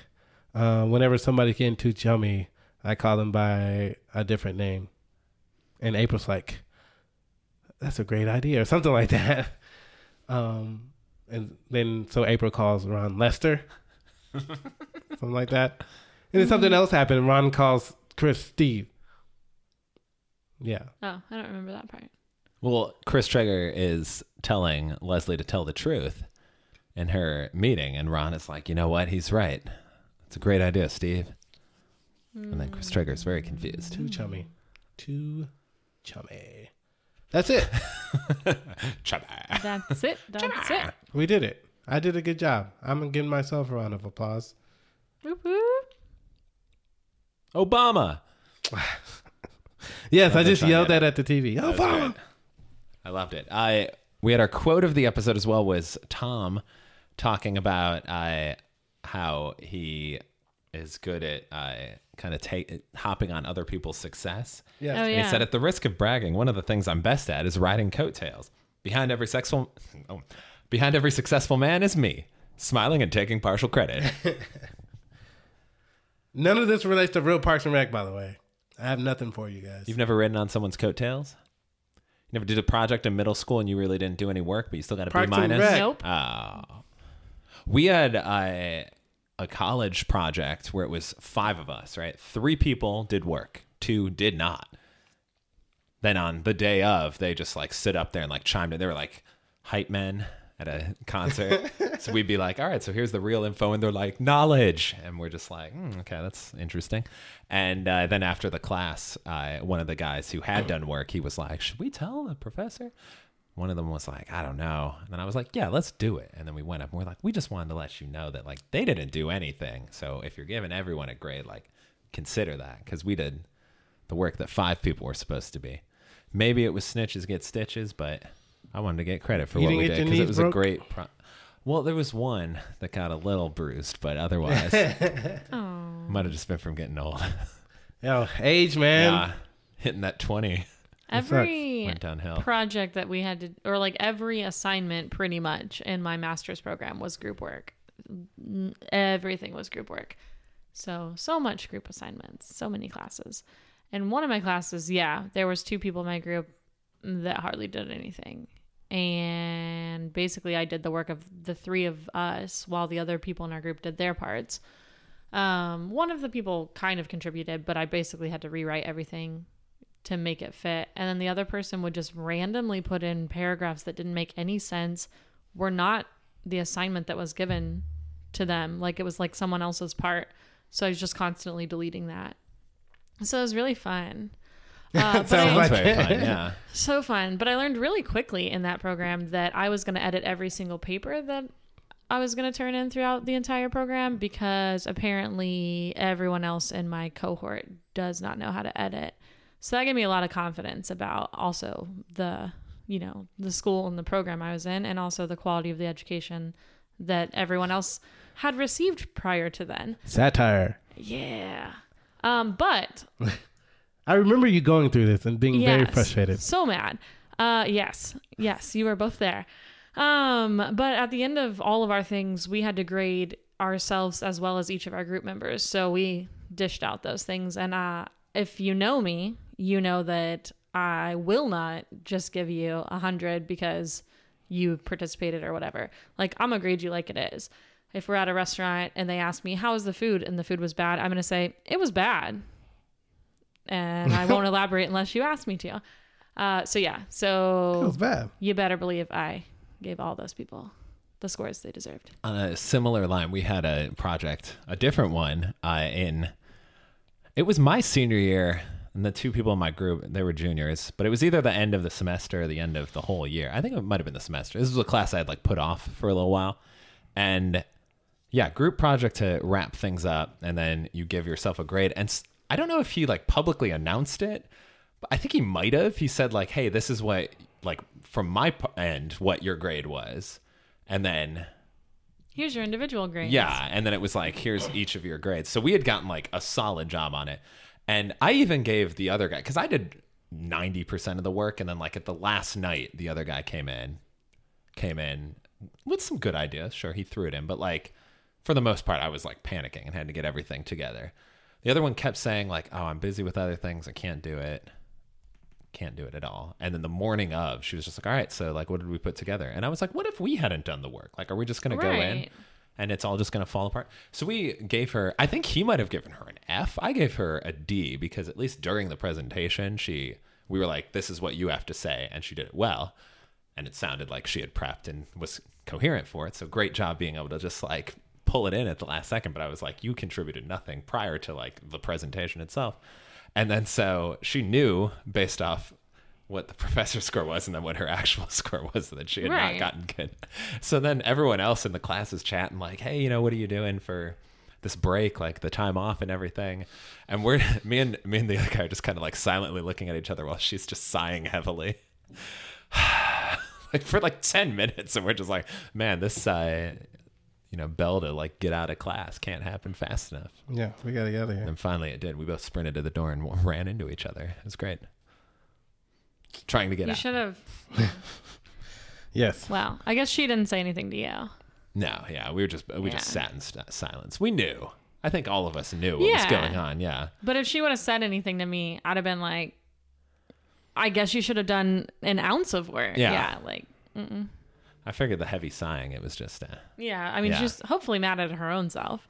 D: uh, whenever somebody's getting too chummy, I call them by a different name, and April's like, that's a great idea or something like that. [laughs] Um, and then so April calls Ron Lester, [laughs] something like that. And then something else happened. Ron calls Chris Steve. Yeah,
B: Oh, I don't remember that part.
C: [laughs] Well, Chris Traeger is telling Leslie to tell the truth in her meeting, and Ron is like, you know what? He's right. It's a great idea, Steve. And
B: Mm,
C: then Chris Traeger is very confused.
D: too chummy, too chummy. That's
C: [laughs]
D: it.
C: Chubba.
D: [laughs]
B: That's it. That's it.
D: We did it. I did a good job. I'm gonna give myself a round of applause.
B: Whoop, whoop.
C: Obama.
D: Yes, I
C: I've been
D: just
C: trying to
D: yelled
C: get
D: that at the TV.
C: That was
D: Obama.
C: great. I loved it. I we had our quote of the episode as well was Tom talking about uh, how he is good at uh, kind of take hopping on other people's success.
D: Yes.
B: Oh,
C: And
B: yeah.
C: he said, at the risk of bragging, one of the things I'm best at is riding coattails. Behind every successful, oh, behind every successful man is me, smiling and taking partial credit.
D: None of this relates to real Parks and Rec, by the way. I have nothing for you guys.
C: You've never ridden on someone's coattails. You never did a project in middle school and you really didn't do any work, but you still got a B
D: Parks and
C: minus.
D: Rec.
B: Nope.
C: Oh. We had a, a college project where it was five of us, right? Three people did work, two did not. Then on the day of, they just like stood up there and like chimed in. They were like hype men at a concert. so we'd be like, all right, so here's the real info. And they're like, knowledge. And we're just like, "Hmm, okay, that's interesting. And uh, then after the class, uh, one of the guys who had done work, he was like, should we tell the professor? one of them was like, I don't know. And then I was like, yeah, let's do it. And then we went up and we're like, we just wanted to let you know that like they didn't do anything. So if you're giving everyone a grade, like consider that because we did the work that five people were supposed to be. Maybe it was snitches get stitches, but I wanted to get credit for
D: You
C: what
D: didn't
C: we
D: get
C: did
D: your
C: because it
D: knees
C: was
D: broke?
C: a great. Pro- well, there was one that got a little bruised,
D: [laughs]
C: but otherwise,
B: Oh.
C: might have just been from getting old.
D: Yo, age, man.
B: [laughs]
C: yeah, hitting that twenty
B: Every
C: went downhill.
B: project that we had to, or like every assignment pretty much in my master's program was group work. N- Everything was group work. So, so much group assignments, so many classes. And one of my classes, yeah, there was two people in my group that hardly did anything. And basically I did the work of the three of us while the other people in our group did their parts. Um, one of the people kind of contributed, but I basically had to rewrite everything to make it fit. And then the other person would just randomly put in paragraphs that didn't make any sense, were not the assignment that was given to them. Like it was like someone else's part. So I was just constantly deleting that. So it was really fun. Uh, but
D: [laughs]
B: I-
D: Sounds
C: That's
D: like
C: very fun. Yeah.
B: so fun. But I learned really quickly in that program that I was going to edit every single paper that I was going to turn in throughout the entire program because apparently everyone else in my cohort does not know how to edit. So that gave me a lot of confidence about also the, you know, the school and the program I was in and also the quality of the education that everyone else had received prior to then.
D: Satire.
B: Yeah. Um, but
D: I remember you going through this and being very
B: Yes.
D: frustrated.
B: So mad. Uh, yes. Yes, you were both there. Um, but at the end of all of our things, we had to grade ourselves as well as each of our group members. So we dished out those things. And uh, if you know me, you know that I will not just give you a hundred because you participated or whatever. Like I'm gonna grade you like it is. If we're at a restaurant and they ask me how was the food and the food was bad, I'm gonna say it was bad and I won't elaborate unless you ask me to. Uh, so yeah,
D: That was
B: so
D: bad.
B: you better believe I gave all those people the scores they deserved.
C: on a similar line, we had a project, a different one, uh, in it was my senior year, and the two people in my group, they were juniors, but it was either the end of the semester or the end of the whole year. I think it might have been the semester. This was a class I had like put off for a little while. And yeah, group project to wrap things up, and then you give yourself a grade. And s- I don't know if he like publicly announced it, but I think he might have. He said like, "Hey, this is what like from my p- end what your grade was," and then
B: Here's your individual grades.
C: yeah, and then it was like, here's each of your grades. So we had gotten like a solid job on it, and I even gave the other guy because I did ninety percent of the work, and then like at the last night, the other guy came in, came in with some good ideas. Sure, he threw it in, but like for the most part, I was like panicking and had to get everything together. The other one kept saying like, "Oh, I'm busy with other things. I can't do it." can't do it at all. And then the morning of, she was just like, "All right, so like, what did we put together?" And I was like, "What if we hadn't done the work? Like, are we just gonna go in
B: Right.
C: and it's all just gonna fall apart?" So we gave her. I think he might have given her an F. I gave her a D because at least during the presentation, she we were like, "This is what you have to say," and she did it well. And it sounded like she had prepped and was coherent for it. So great job being able to just like pull it in at the last second. But I was like, you contributed nothing prior to like the presentation itself. And then so she knew based off what the [laughs] professor's score was and then what her actual [laughs] score was that she had
B: Right.
C: [laughs] not gotten good. So then everyone else in the class is chatting like, hey, you know, what are you doing for this break, like the time off and everything. And we're [laughs] me and me and the other guy are just kind of like silently looking at each other while she's just sighing heavily. [sighs] like for like 10 minutes and we're just like, man, this uh you know, bell to like get out of class can't happen fast enough.
D: Yeah, we gotta get out of here.
C: And finally it did. We both sprinted to the door and ran into each other. It was great. Trying to get
B: You
C: out.
B: should have.
D: Yes.
B: Wow. I guess she didn't say anything to you.
C: No, yeah, we were just we just
B: Yeah.
C: sat in st- silence. We knew. I think all of us knew what was
B: Yeah.
C: going on. Yeah,
B: But if she would have said anything to me, I'd have been like, I guess you should have done an ounce of work.
C: Yeah.
B: like,
C: I figured the heavy sighing. It was just. Uh,
B: yeah. I mean,
C: Yeah.
B: she's hopefully mad at her own self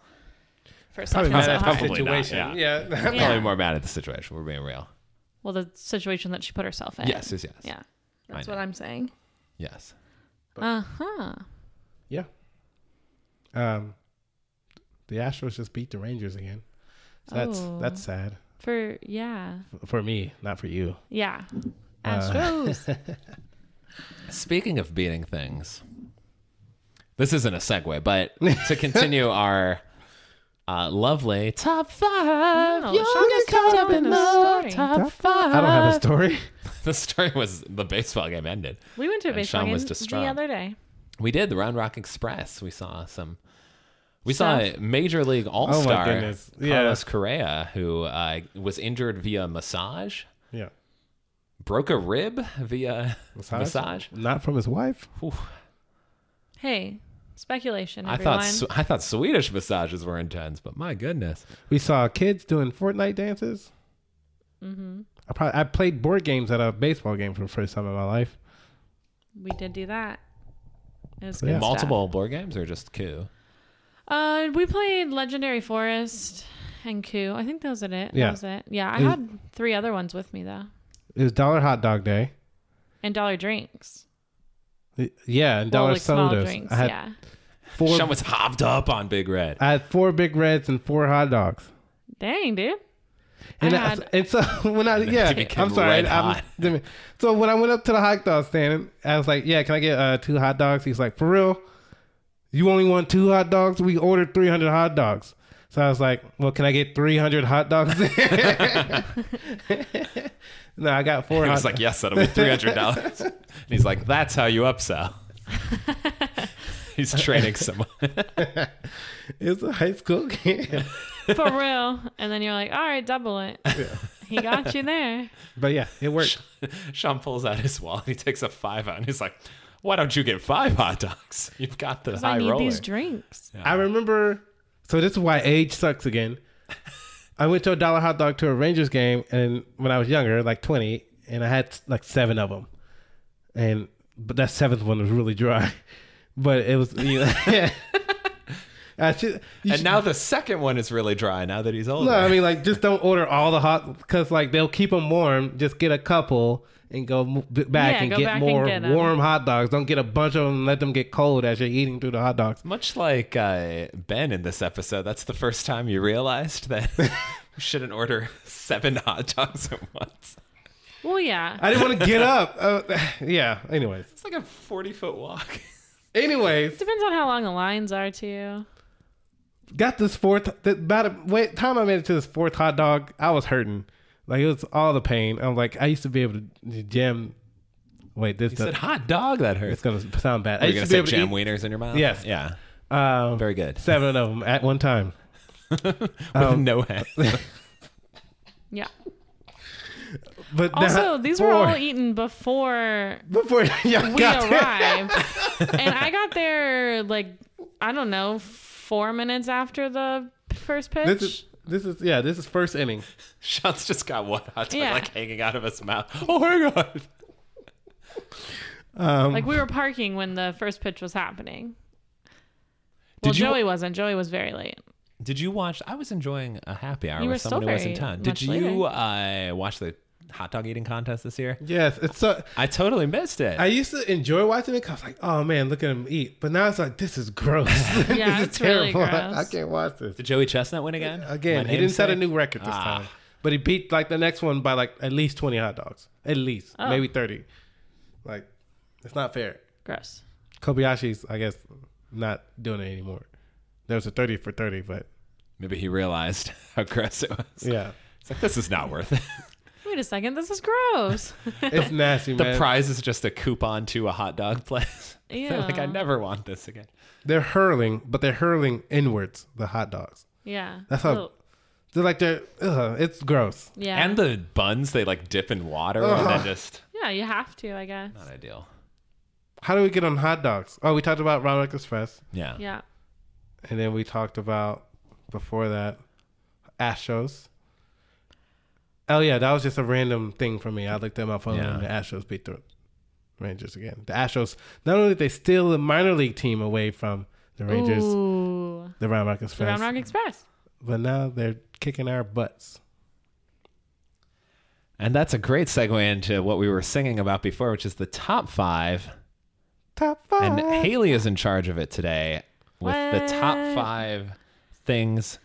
D: Probably
B: for something
D: not
B: so
D: at
B: hard.
D: the
C: Probably not,
D: situation. yeah.
B: Yeah.
C: [laughs] Probably more mad at the situation. We're being real.
B: Well, the situation that she put herself in.
C: Yes, yes, yes.
B: Yeah. That's
C: I
B: what
C: know.
B: I'm saying.
C: Yes.
B: Uh huh.
D: Yeah. Um, the Astros just beat the Rangers again. So that's
B: Oh.
D: that's sad
B: For, yeah.
D: for me, not for you.
B: Yeah. Astros.
C: Speaking of beating things, this isn't a segue, but to continue our uh, lovely [laughs] top five.
B: No,
C: you're
B: Oh, Sean is
C: caught
B: caught up in the story.
C: top five.
D: I don't have a
C: [laughs]
D: story.
C: The story was the baseball game ended.
B: we went to a
C: And
B: baseball
C: Sean
B: game
C: was
B: the
C: distraught.
B: other day.
C: We did the Round Rock Express. We saw some. We saw
B: Stuff.
C: a Major League All Star
D: Oh goodness. Yeah.
C: Carlos Correa, who uh, was injured via massage,
D: Yeah.
C: broke a rib via massage.
D: Not from his wife.
C: Whew.
B: Hey, speculation.
C: I
B: Everyone.
C: thought Sw- I thought Swedish massages were intense, but my goodness,
D: We saw kids doing Fortnite dances. Mm-hmm. I probably I played board games at a baseball game for the first time in my life.
B: we did do that. It was
D: Yeah.
B: good stuff.
C: multiple board games or just coup?
B: Uh, we played Legendary Forest and Coup. I think that was it. That
D: Yeah.
B: was it. Yeah, I
D: It was-
B: had three other ones with me though,
D: It was Dollar Hot Dog Day.
B: and Dollar Drinks.
D: Y- Yeah, and
B: Well,
D: Dollar
B: like small
D: Sodas.
B: drinks.
D: I had
B: yeah,
D: four.
C: Sean was hopped up on Big Red.
D: I had four big reds and four hot dogs.
B: dang dude.
D: And,
B: I
D: I-
B: had-
D: and so [laughs] when I yeah,
C: became
D: I'm sorry.
C: red
D: I'm,
C: hot.
D: let me- so when I went up to the hot dog stand, I was like, "Yeah, can I get uh, two hot dogs?" He's like, "For real? You only want two hot dogs? We ordered 300 hot dogs." So I was like, "Well, can I get 300 hot dogs?" [laughs] no, I got four.
C: He
D: hot
C: was like, "Yes, that'll be three
D: [laughs]
C: hundred dollars." and he's like, "That's how you upsell." he's
D: [laughs]
C: training someone.
D: It's a high school game,
B: For real. And then you're like, all right, double it. He got you there.
D: but yeah, it worked.
C: [laughs] Sean pulls out his wallet. He takes a five out and he's like, "Why don't you get five hot dogs? [laughs] You've got the
B: I
C: high
B: need
C: roller."
B: these drinks.
D: I remember. So this is why age sucks again. I went to a dollar hot dog to a Rangers game, and when I was younger, like twenty, and I had like seven of them, and but that seventh one was really dry, [laughs] but it was. You know, [laughs] I should, you
C: and
D: should-
C: now the second one is really dry. Now that he's older,
D: no, I mean like just don't order all the hot because like they'll keep them warm. Just get a couple and go mo- b- back
B: Yeah,
D: and
B: go
D: get
B: back and
D: more
B: get 'em.
D: warm hot dogs. Don't get a bunch of them and let them get cold as you're eating through the hot dogs.
C: Much like uh, Ben in this episode, that's the first time you realized that [laughs] you shouldn't order [laughs] seven hot dogs at once.
B: Well, yeah.
D: I didn't want to get up. [laughs] Uh, [sighs] yeah. Anyways.
C: It's like a 40 foot walk. [laughs]
D: Anyways,
B: Depends on how long the lines are too.
D: got this fourth. The, by the way, time I made it to this fourth hot dog, I was hurting. Like it was all the pain. I'm like, I used to be able to jam. Wait, this
C: You said
D: does,
C: hot dog that
D: it's
C: hurts.
D: gonna sound bad. I
C: Are you
D: used
C: going
D: to be
C: to say
D: able
C: jam
D: to
C: wieners in your mouth?
D: Yes.
C: Yeah.
D: eat, um,
C: Very good. With
D: seven of them at one time. um,
C: no head. [laughs]
B: Yeah.
D: But the
B: Also,
D: hot-
B: these were all
D: four-
B: eaten before
D: [laughs] before y'all
B: we
D: got there.
B: arrived.
D: [laughs]
B: and I got there like I don't know, four minutes after the first pitch.
D: This is this is yeah. This is first inning.
C: Sean's just got one hot dog
B: Yeah.
C: like hanging out of his mouth. Oh my God.
D: um,
B: like we were parking when the first pitch was happening. Well,
C: Did you-
B: Joey wasn't. Joey was very late.
C: Did you watch? I was enjoying a happy hour
B: You were
C: with someone
B: still
C: who was in
B: very
C: town.
B: much
C: Did you
B: later.
C: uh, watch the hot dog eating contest this year?
D: Yes, it's so.
C: I totally missed it.
D: I used to enjoy watching it 'cause I was like, oh man, look at him eat. But now it's like, this is gross. [laughs]
B: Yeah,
D: this
B: it's really gross.
D: I can't watch this.
C: Did Joey Chestnut win again? My
D: Uh, Again, he didn't set a
C: namesake?
D: new record this
C: Ah.
D: time, but he beat like the next one by like at least twenty hot dogs, at least
B: Oh.
D: maybe thirty. Like, it's not fair.
B: Gross.
D: Kobayashi's, I guess, not doing it anymore. There was a thirty for thirty, but
C: Maybe he realized [laughs] how gross it was.
D: Yeah.
C: It's like, this is not worth it.
B: Wait a second, this is
D: [laughs]
B: gross.
D: [laughs] It's nasty,
C: the
D: man.
C: prize is just a coupon to a hot dog place. [laughs] They're like, I
B: Yeah.
C: never want this again.
D: they're hurling, but they're hurling inwards the hot dogs.
B: yeah.
D: That's how-
B: Little-
D: They're like they're ugh, it's gross.
B: yeah.
C: And the buns, they like dip in water and then just
B: yeah, you have to, I guess.
C: not ideal.
D: How do we get on hot dogs? Oh, we talked about Round Rock Express,
C: Yeah.
B: Yeah.
D: and then we talked about before that Astros. Oh yeah, that was just a random thing for me. I looked at my phone
C: Yeah.
D: and the Astros beat the Rangers again. The Astros not only did they steal the minor league team away from the Rangers,
B: Ooh.
D: the Round Rock
B: The
D: Express,
B: Round Rock Express.
D: but now they're kicking our butts.
C: And that's a great segue into what we were singing about before, which is the top five.
D: Top five.
B: Oh.
C: And Haley is in charge of it today with the top
B: What?
C: five things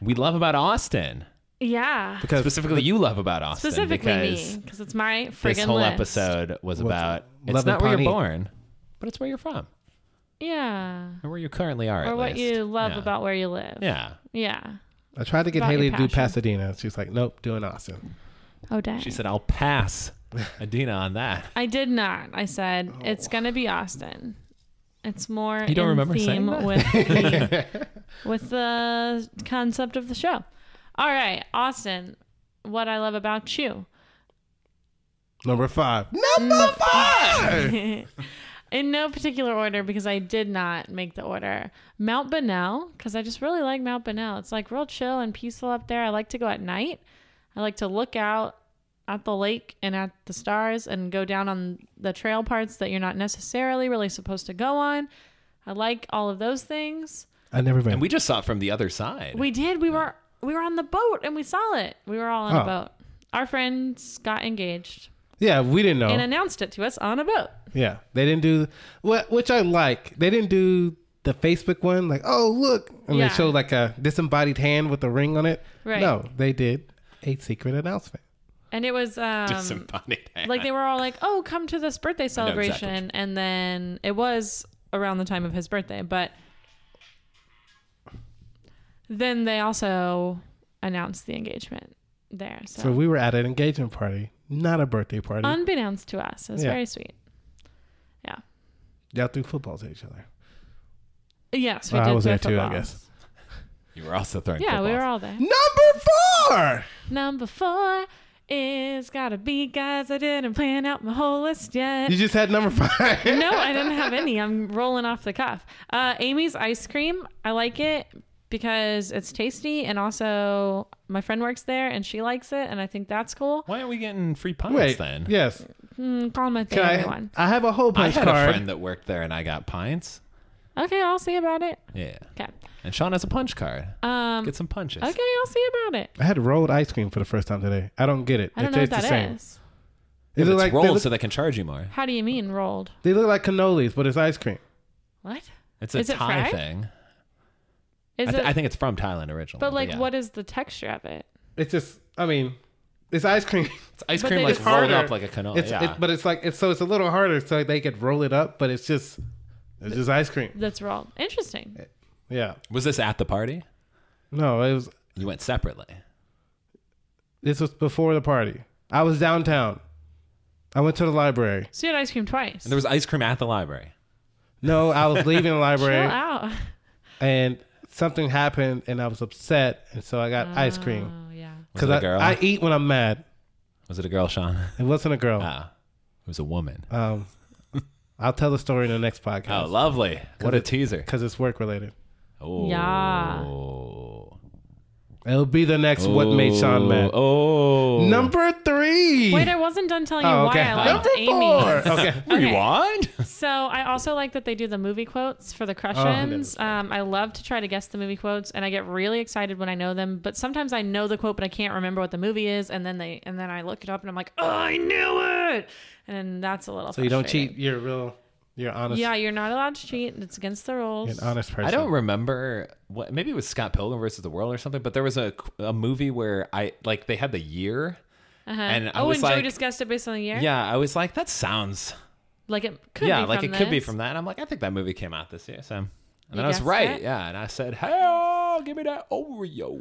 C: we love about Austin.
B: Yeah.
D: because
C: Specifically, you love about Austin.
B: Specifically
C: because
B: me, because it's my friggin'
C: this whole
B: list.
C: episode was
D: What's-
C: about
D: Love
C: it's
D: and
C: not where
D: Pawnee.
C: you're born, but it's where you're from
B: Yeah.
C: or where you currently are.
B: Or
C: at
B: what
C: least.
B: you love
C: Yeah.
B: about where you live.
C: Yeah,
B: Yeah.
D: I tried to get
B: About your
D: Haley to do
B: passion.
D: Pasadena. She's like, nope, doing Austin.
B: Oh dang.
C: she said
B: [laughs]
C: I'll pass Adina on that.
B: I did not. I said it's gonna be Austin. It's more
C: You don't
B: in
C: remember
B: theme
C: saying that? [laughs]
B: with the, with the concept of the show. All right, Austin. What I love about you.
D: Number five.
B: Number five. In no particular order because I did not make the order. Mount Bonnell because I just really like Mount Bonnell. It's like real chill and peaceful up there. I like to go at night. I like to look out at the lake and at the stars and go down on the trail parts that you're not necessarily really supposed to go on. I like all of those things.
D: I never
C: And
D: been.
C: we just saw it from the other side. [laughs]
B: We did. We were we were on the boat and we saw it. We were all on
D: Oh.
B: a boat. Our friends got engaged
D: yeah, we didn't know.
B: and announced it to us on a boat.
D: yeah, they didn't do what, which I like. They didn't do the Facebook one, like, oh look, and
B: Yeah.
D: they showed like a disembodied hand with a ring on it.
B: Right.
D: No, they did a secret announcement.
B: And it was um,
C: Disembodied hand.
B: like they were all like, "Oh, come to this birthday
C: know exactly what
B: celebration," and then it was around the time of his birthday, but then they also announced the engagement there. So,
D: So we were at an engagement party, not a birthday party.
B: unbeknownst to us, it was
D: Yeah.
B: very sweet. Yeah.
D: Y'all threw footballs at each other.
B: Yes, we
D: Well, I
B: did.
D: was
B: throw
D: there too, I
B: footballs.
D: guess.
C: you were also throwing.
B: Yeah, we
C: footballs.
B: were all there.
D: Number four.
B: Number four is gotta be guys. I didn't plan out my whole list yet.
D: You just had number five. [laughs]
B: no, I didn't have any. I'm rolling off the cuff. Uh, Amy's ice cream. I like it because it's tasty, and also my friend works there, and she likes it, and I think that's cool.
C: Why aren't we getting free pies
D: Wait.
C: then?
D: Yes.
B: Mm, call my thing,
D: Can
B: everyone.
D: I? I have a whole
C: I
D: punch
C: had a
D: card.
C: friend that worked there, and I got pints.
B: Okay, I'll see about it.
C: Yeah,
B: Okay.
C: and Sean has a punch card.
B: Um.
C: Get some punches.
B: Okay, I'll see about it.
D: I had rolled ice cream for the first time today. I don't get it.
B: I don't
D: it
B: know what
D: tastes the same.
B: that is.
D: Is
C: It's
D: it like
C: rolled
D: they look,
C: so they can charge you more.
B: How do you mean rolled?
D: they look like cannolis, but it's ice cream.
B: What
C: It's a
B: Is it
C: Thai
B: fried?
C: thing.
B: is
C: I, th-
B: it?
C: I think it's from Thailand originally.
B: but like,
C: yeah.
B: what is the texture of it?
D: It's just, I mean, it's ice
B: [laughs]
D: cream.
C: It's ice
B: but
C: cream
B: they-
C: like
B: It's
C: rolled
D: harder.
C: up like a
B: Oh,
C: canola.
D: It's,
C: yeah.
D: it, but it's like it's so it's a little harder, so they could roll it up, but it's just it's just ice cream.
B: That's rolled. Interesting.
D: Yeah.
C: was this at the party?
D: No, it was
C: You went separately.
D: this was before the party. I was downtown. I went to the library.
B: So you had ice cream twice.
C: And there was ice cream at the library.
D: No, I was
B: [laughs]
D: leaving the
B: Chill
D: library
B: out.
D: and something happened and I was upset and so I got ice cream.
B: Oh yeah.
C: Was it a
D: I,
C: girl?
D: I eat when I'm mad.
C: Was it a girl,
D: [laughs]
C: Sean?
D: It wasn't a girl.
C: Ah, it was a woman.
D: Um I'll tell the story in the next
C: Oh,
D: podcast
C: lovely. What a teaser.
D: because it's work related.
C: Oh.
B: Yeah.
D: It'll be the next what made Sean mad.
C: Oh.
D: Number three.
B: Wait, I wasn't done telling you
D: Oh, okay.
B: why I liked
D: Number
B: Amy.
C: [laughs]
D: four. Okay.
B: [laughs]
C: Rewind?
B: So I also like that they do the movie quotes for the
C: Oh,
B: crush-ins. um, I love to try to guess the movie quotes, and I get really excited when I know them. But sometimes I know the quote, but I can't remember what the movie is, and then they and then I look it up, and I'm like, oh, I knew it, and then that's a little.
D: So you don't cheat. You're real. You're honest.
B: Yeah, you're not allowed to cheat. It's against the
D: You're
B: rules.
D: an honest person.
C: I don't remember what maybe it was Scott Pilgrim versus the World or something, but there was a, a movie where I like they had the year and I
B: oh,
C: was
B: and Joey
C: like
B: just guessed it based on the year.
C: Yeah, I was like that sounds
B: like it could.
C: yeah,
B: be
C: like
B: from
C: it could be
B: this.
C: from that. And I'm like, I think that movie came out this year, so and then I was
B: guessed
C: right,
B: it?
C: yeah. And I said, Hey oh, give me that Oreo.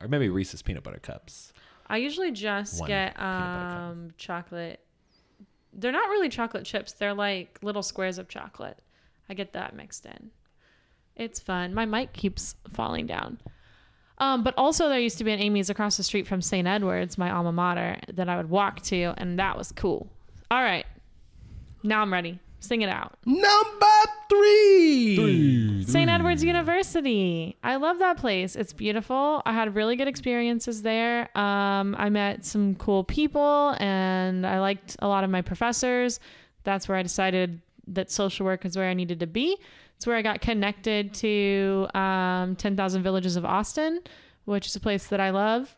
C: Or maybe Reese's peanut butter cups.
B: I usually just
C: One
B: get
C: peanut butter cup.
B: um chocolate. They're not really chocolate chips. They're like little squares of chocolate. I get that mixed in. It's fun. My mic keeps falling down. Um, but also there used to be an Amy's across the street from St. Edwards, my alma mater, that I would walk to, and that was cool. All right, now I'm ready. Sing it out.
D: Number three.
B: St.
D: Hmm.
B: Edward's University. I love that place. It's beautiful. I had really good experiences there. Um, I met some cool people and I liked a lot of my professors. That's where I decided that social work is where I needed to be. It's where I got connected to um, 10,000 Villages of Austin, which is a place that I love.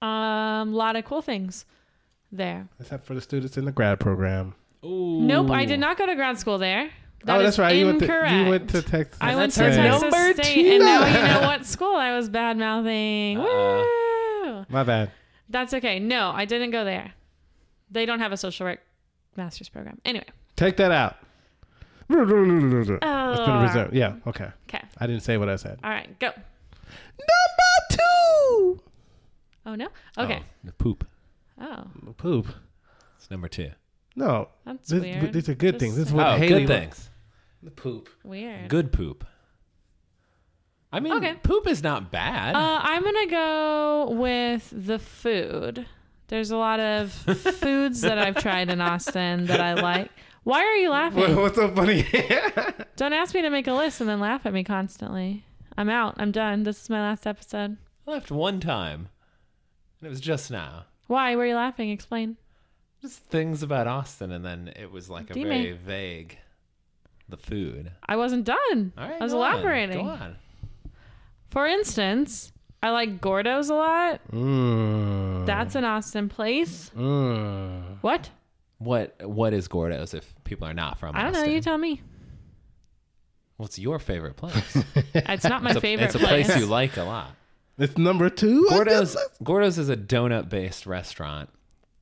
B: A um, lot of cool things there.
D: Except for the students in the grad program.
C: Ooh.
B: Nope, I did not go to grad school there. That
D: oh,
B: is
D: that's right. You went, to, you
B: incorrect.
D: went to Texas.
B: I went to
C: That's right.
B: Texas
C: Number
B: State,
C: two.
B: and now
C: [laughs]
B: you know what school I was bad mouthing. Woo!
D: My bad.
B: That's okay. No, I didn't go there. They don't have a social work master's program. Anyway,
D: Take that out. It's been
B: Oh.
D: reserved. Yeah. Okay.
B: okay,
D: I didn't say what I said.
B: all right, go.
D: Number
B: Oh no. Okay.
C: Oh, poop.
B: Oh,
D: two. Poop.
C: It's number two.
D: No.
B: that's
D: This,
B: weird.
D: these are good
B: Just
D: things. This is
B: saying.
D: what
C: oh,
D: Haley
C: good things.
D: The poop.
B: weird.
C: Good poop. I mean,
B: Okay.
C: poop is not bad.
B: Uh, I'm gonna go with the food. There's a lot of foods that I've tried in Austin that I like. Why are you
D: [laughs]
B: laughing?
D: what's so
C: [laughs]
D: funny?
B: Don't ask me to make a list and then laugh at me constantly. I'm out. I'm done. This is my last episode.
C: I left one time, and it was just now.
B: Why were you laughing? Explain.
C: Just things about Austin, and then it was like a
B: Dime.
C: very vague. The food.
B: I wasn't done.
C: All right.
B: I was
C: go on,
B: elaborating.
C: Go on.
B: For instance, I like Gordo's a lot.
D: Oh. mm,
B: That's an Austin place.
C: Oh.
D: mm.
B: What?
C: What What is Gordo's if people are not from
B: I don't know.
C: Austin?
B: You tell
C: [laughs]
B: me.
C: What's your
B: [laughs]
C: favorite place?
B: It's not my
C: it's a,
B: favorite
C: it's a place.
B: place.
C: you like a lot.
D: It's number two. I
C: Gordo's
D: guess.
C: Gordo's is a donut based restaurant.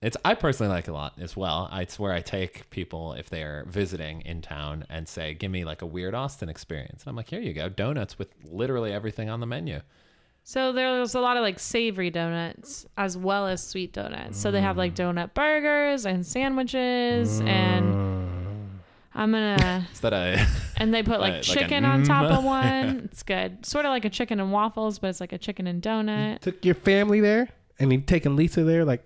C: It's I personally like it a lot as well. It's where I take people if they're visiting in town and say, "Give me like a weird Austin experience." And I'm like, "Here you go, donuts with literally everything on the menu."
B: So there's a lot of like savory donuts as well as sweet donuts. So they have like
C: Mm.
B: donut burgers and sandwiches and I'm gonna
C: Is that a [laughs]
B: and they put like
C: Right, like a
B: chicken on top of one. It's good. Sort of like a chicken and waffles, but it's like a chicken and donut.
D: Took your family there, and you've taken Lisa there like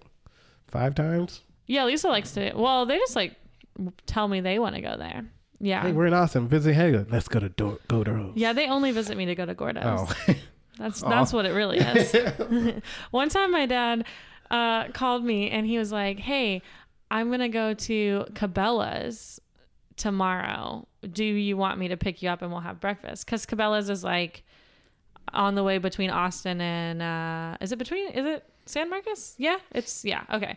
D: five times.
B: Yeah, Lisa likes to. Well, they just like tell me they want to go there. Yeah.
D: Hey, we're in Austin. Visit Haley. Let's go to Do- Gordo's.
B: yeah, they only visit me to go to Gordo's.
D: Oh. [laughs]
B: That's that's what it really is. [laughs] One time, my dad uh, called me and he was like, "Hey, I'm gonna go to Cabela's tomorrow. Do you want me to pick you up and we'll have breakfast? Because Cabela's is like on the way between Austin and uh, is it between is it San Marcos? Yeah, it's yeah okay.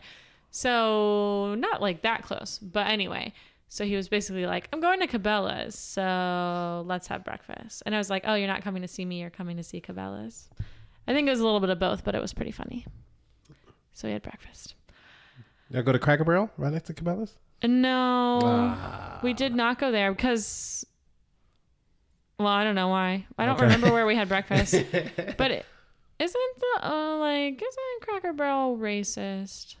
B: So not like that close, but anyway." So he was basically like, I'm going to Cabela's, so let's have breakfast. And I was like, Oh, you're not coming to see me, you're coming to see Cabela's. I think it was a little bit of both, but it was pretty funny. So we had breakfast.
D: Y'all go to Cracker Barrel right next to Cabela's.
B: And no, Oh,
D: Ah.
B: we did
D: Uh,
B: not go there because, well, I don't know why. I don't remember where
D: [laughs]
B: we had breakfast. but it, isn't the uh, like isn't Cracker Barrel racist?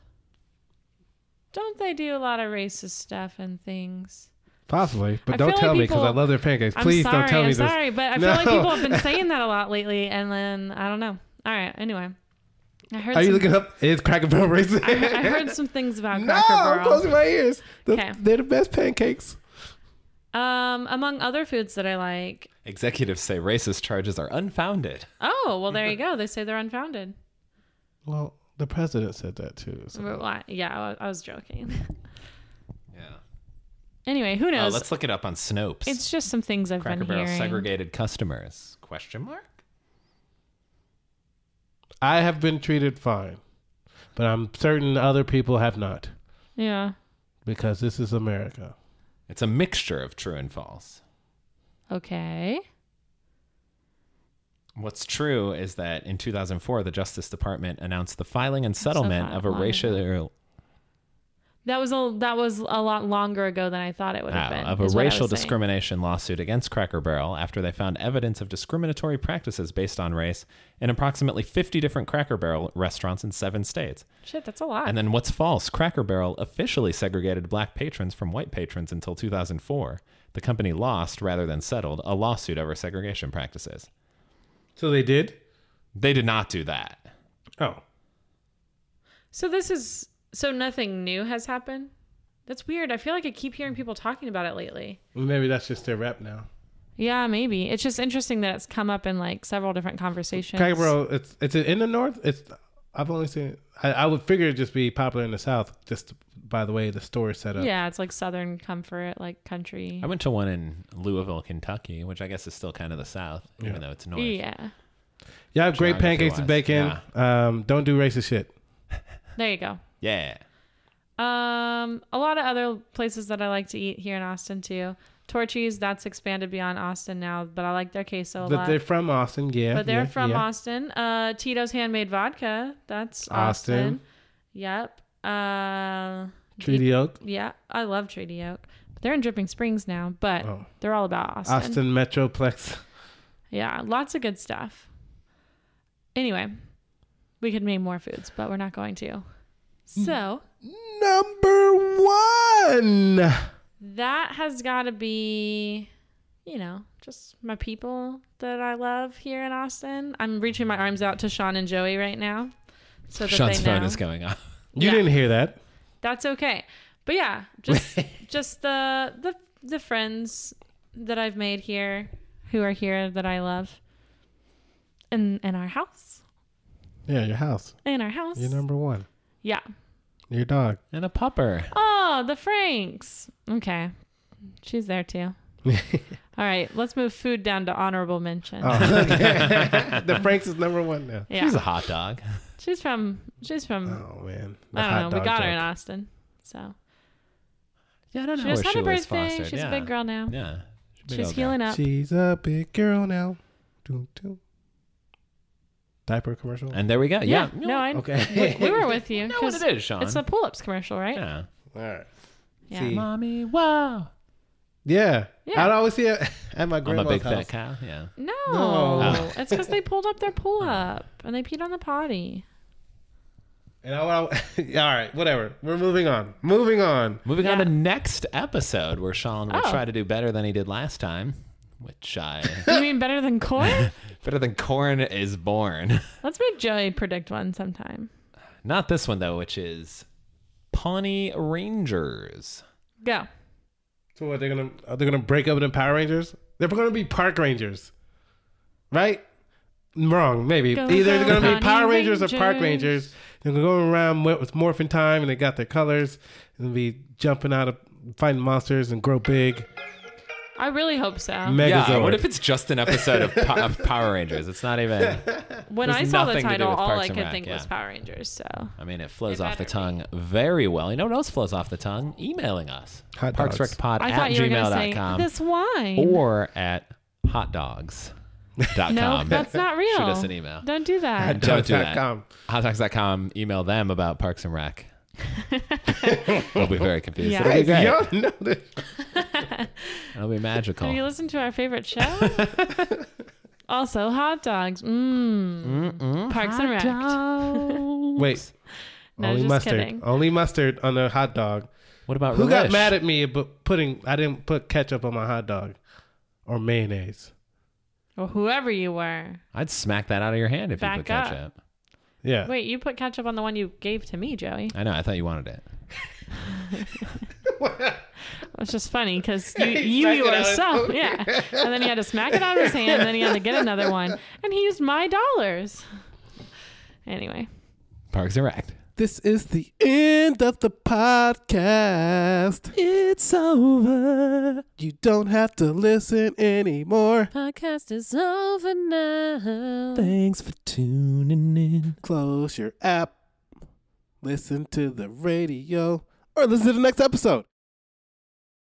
B: Don't they do a lot of racist stuff and things?
D: Possibly, but
B: I
D: don't
B: feel
D: tell
B: like
D: me because I
B: people-
D: love their pancakes. Please
B: I'm sorry,
D: don't tell
B: I'm
D: me this.
B: sorry, but I
D: No.
B: feel like people
D: [laughs]
B: have been saying that a lot lately, and then I don't know. All right, anyway, I heard.
D: Are you
B: some-
D: looking up? Is Cracker Barrel racist?
B: [laughs] I
D: [laughs]
B: heard, I heard some things about
D: no,
B: Cracker
D: I'm
B: Barrel.
D: closing my ears. The-
B: Okay.
D: They're the best pancakes.
B: Um, among other foods that I like.
C: executives say racist charges are unfounded?
B: Oh, well, there you go. They say they're unfounded.
D: Well, the president said that too. so-
B: But why- Yeah, I was, I was joking. [laughs]
C: Yeah.
B: anyway, who
C: Uh,
B: knows?
C: let's look it up on Snopes.
B: it's just some things I've
C: Cracker
B: been
C: Barrel
B: hearing.
C: segregated customers? Question mark.
D: I have been treated fine, but I'm certain other people have not
B: Yeah.
D: because this is America.
C: It's a mixture of true and false.
B: Okay.
C: What's true is that in 2004, the Justice Department announced the filing and settlement
B: not
C: of a
B: long ago.
C: racial
B: That was a that was a lot longer ago than I thought it would have
C: Uh,
B: been.
C: of a
B: is what I
C: racial
B: was saying.
C: discrimination lawsuit against Cracker Barrel after they found evidence of discriminatory practices based on race in approximately 50 different Cracker Barrel restaurants in seven states.
B: Shit, that's a lot.
C: And then what's false? Cracker Barrel officially segregated black patrons from white patrons until 2004. The company lost rather than settled a lawsuit over segregation practices.
D: So they did.
C: They did not do that.
D: Oh,
B: so this is so nothing new has happened. That's weird. I feel like I keep hearing people talking about it lately.
D: maybe that's just their rep now.
B: Yeah, maybe. It's just interesting that it's come up in like several different conversations.
D: Cracker Barrel, it's it's in the north. It's I've only seen. It, I, I would figure it'd just be popular in the south, just by the way the store is set up.
B: Yeah, it's like southern comfort, like country.
C: I went to one in Louisville, Kentucky, which I guess is still kind of the South, even though it's north.
B: Yeah.
D: Y'all have great pancakes and bacon.
C: Geography-wise,
D: Um, don't do racist shit.
B: There you go.
C: Yeah.
B: Um, a lot of other places that I like to eat here in Austin too. Torchy's, that's expanded beyond Austin now, but I like their queso a
D: But
B: lot.
D: they're from Austin, yeah.
B: but they're
D: yeah,
B: from
D: yeah.
B: Austin. Uh, Tito's Handmade Vodka, that's Austin.
D: Austin.
B: Yep. Uh,
D: Treaty Oak,
B: yeah, I love Treaty Oak. They're in Dripping Springs now, but
D: Oh.
B: they're all about Austin.
D: Austin Metroplex.
B: Yeah, lots of good stuff. Anyway, we could name more foods, but we're not going to.
D: Mm.
B: So
D: Number one.
B: that has got to be, you know, just my people that I love here in Austin. I'm reaching my arms out to Sean and Joey right now, so that
C: Sean's
B: they know
C: phone is going off.
D: You
B: Yeah.
D: didn't hear that.
B: that's okay. But yeah,
C: [laughs]
B: just just the the the friends that I've made here, who are here that I love, and and our house,
D: Yeah, your house.
B: and our house,
D: You're number one.
B: yeah.
D: Your
B: [laughs]
D: dog. [laughs]
C: And a pupper.
B: Oh, the Franks. Okay. She's there too. All right, let's move food down to honorable mention.
D: Oh, okay. the Franks is number one now.
B: yeah.
C: She's
B: She's,
C: a hot dog.
B: from she's from
D: Oh man. The
B: Mm.
C: Uh,
B: I
D: hot
B: don't know. We
D: dog
B: got her
D: joke.
B: in Austin. So
C: Yeah, I don't
B: she
C: know
B: just
C: where
B: had
C: she
B: a
C: was
B: birthday.
C: fostered.
B: She's
C: yeah.
B: a big girl now.
C: Yeah. She's, a big
B: She's
C: old girl.
B: healing up.
D: She's a big girl now. Doom, doom. Diaper commercial.
C: And there we go.
B: yeah.
C: Yeah.
B: No, I
D: Okay.
B: we
C: [laughs]
B: were with you.
C: know what
B: 'cause
C: it is, Sean.
B: It's a pull ups commercial, right?
C: yeah.
D: [laughs] All right.
B: Yeah.
D: See.
C: Mommy, wow.
D: Yeah.
B: Yeah.
D: I'd always see it [laughs] at my
C: I'm a
D: grandma's
C: big
D: house.
C: fat cow. Yeah.
B: No.
D: No.
B: it's because they pulled up their pull up and they peed on the
C: [laughs]
B: potty.
D: And I, [laughs] I, all right, whatever. We're moving on. Moving on.
C: Moving on
B: Yeah.
C: to next episode where Sean will
B: Oh.
C: try to do better than he did last time, which I
B: [laughs] You mean better than corn?
C: better than corn is born. [laughs]
B: let's make Joey predict one sometime.
C: Not this one though, which is Pawnee Rangers.
B: Go.
D: So what? They're gonna are they gonna break up into Power Rangers? They're gonna be Park Rangers, right? Wrong, maybe.
B: Go,
D: Either they're
B: go,
D: gonna be
B: Bonnie
D: Power Rangers, or Park
B: Rangers.
D: Rangers. They're gonna go around with, with morphin time, and they got their colors, and they'll be jumping out of fighting monsters and grow big.
B: I really hope so.
D: Megazord.
C: Yeah, what if it's just an episode of, pa-
D: [laughs]
C: of Power Rangers? It's not even.
B: When
C: There's
B: I saw the
C: nothing to do
B: title,
C: with
B: all
C: Parks
B: I
C: and
B: could
C: Rec,
B: think was
C: yeah.
B: Power Rangers. So
C: I mean, it flows off
B: better
C: the
B: be.
C: tongue very well. You know what else flows off the tongue? Emailing us.
D: Hot dogs.
C: ParksRecPod
B: I
C: at
B: thought you were going to say
C: gmail.com
B: this wine.
C: or at
B: [laughs]
C: hotdogs.com.
B: no, that's not real.
C: Shoot us an email.
B: Don't do that.
C: Don't do that.
D: Hotdogs.com.
C: Hotdogs.com. Email them about Parks and Rec.
B: [laughs]
C: They'll be very confused.
B: Yeah.
C: It'll be great.
D: Y'all know this.
C: It'll be magical.
B: Have
D: Oh.
B: you listened to our
D: [laughs]
B: favorite show? also, hot dogs. Mmm. Parks and Rec.
D: [laughs] [laughs] Wait,
B: No,
D: only
B: just
D: mustard.
B: kidding.
D: Only mustard on a hot dog.
C: What about
D: Who got
C: relish?
D: mad at me about putting? I didn't put ketchup on my hot dog, or mayonnaise.
B: Or whoever you were.
C: I'd smack that out of your hand if
B: Back
C: you put
B: up.
C: ketchup.
D: Yeah.
B: Wait, you put ketchup on the one you gave to me, Joey.
C: I know. I thought you wanted it.
B: It's just funny because
D: [laughs]
B: you, you
D: smacked it out of his
B: yourself. Yeah. And then he had to smack it out of his hand, and then he had to get another one. And he used my dollars. Anyway.
C: Parks and Rec.
D: This is the end of the podcast. It's over. You don't have to listen anymore.
B: Podcast is over now.
D: Thanks for tuning in. Close your app, listen to the radio, or listen to the next episode.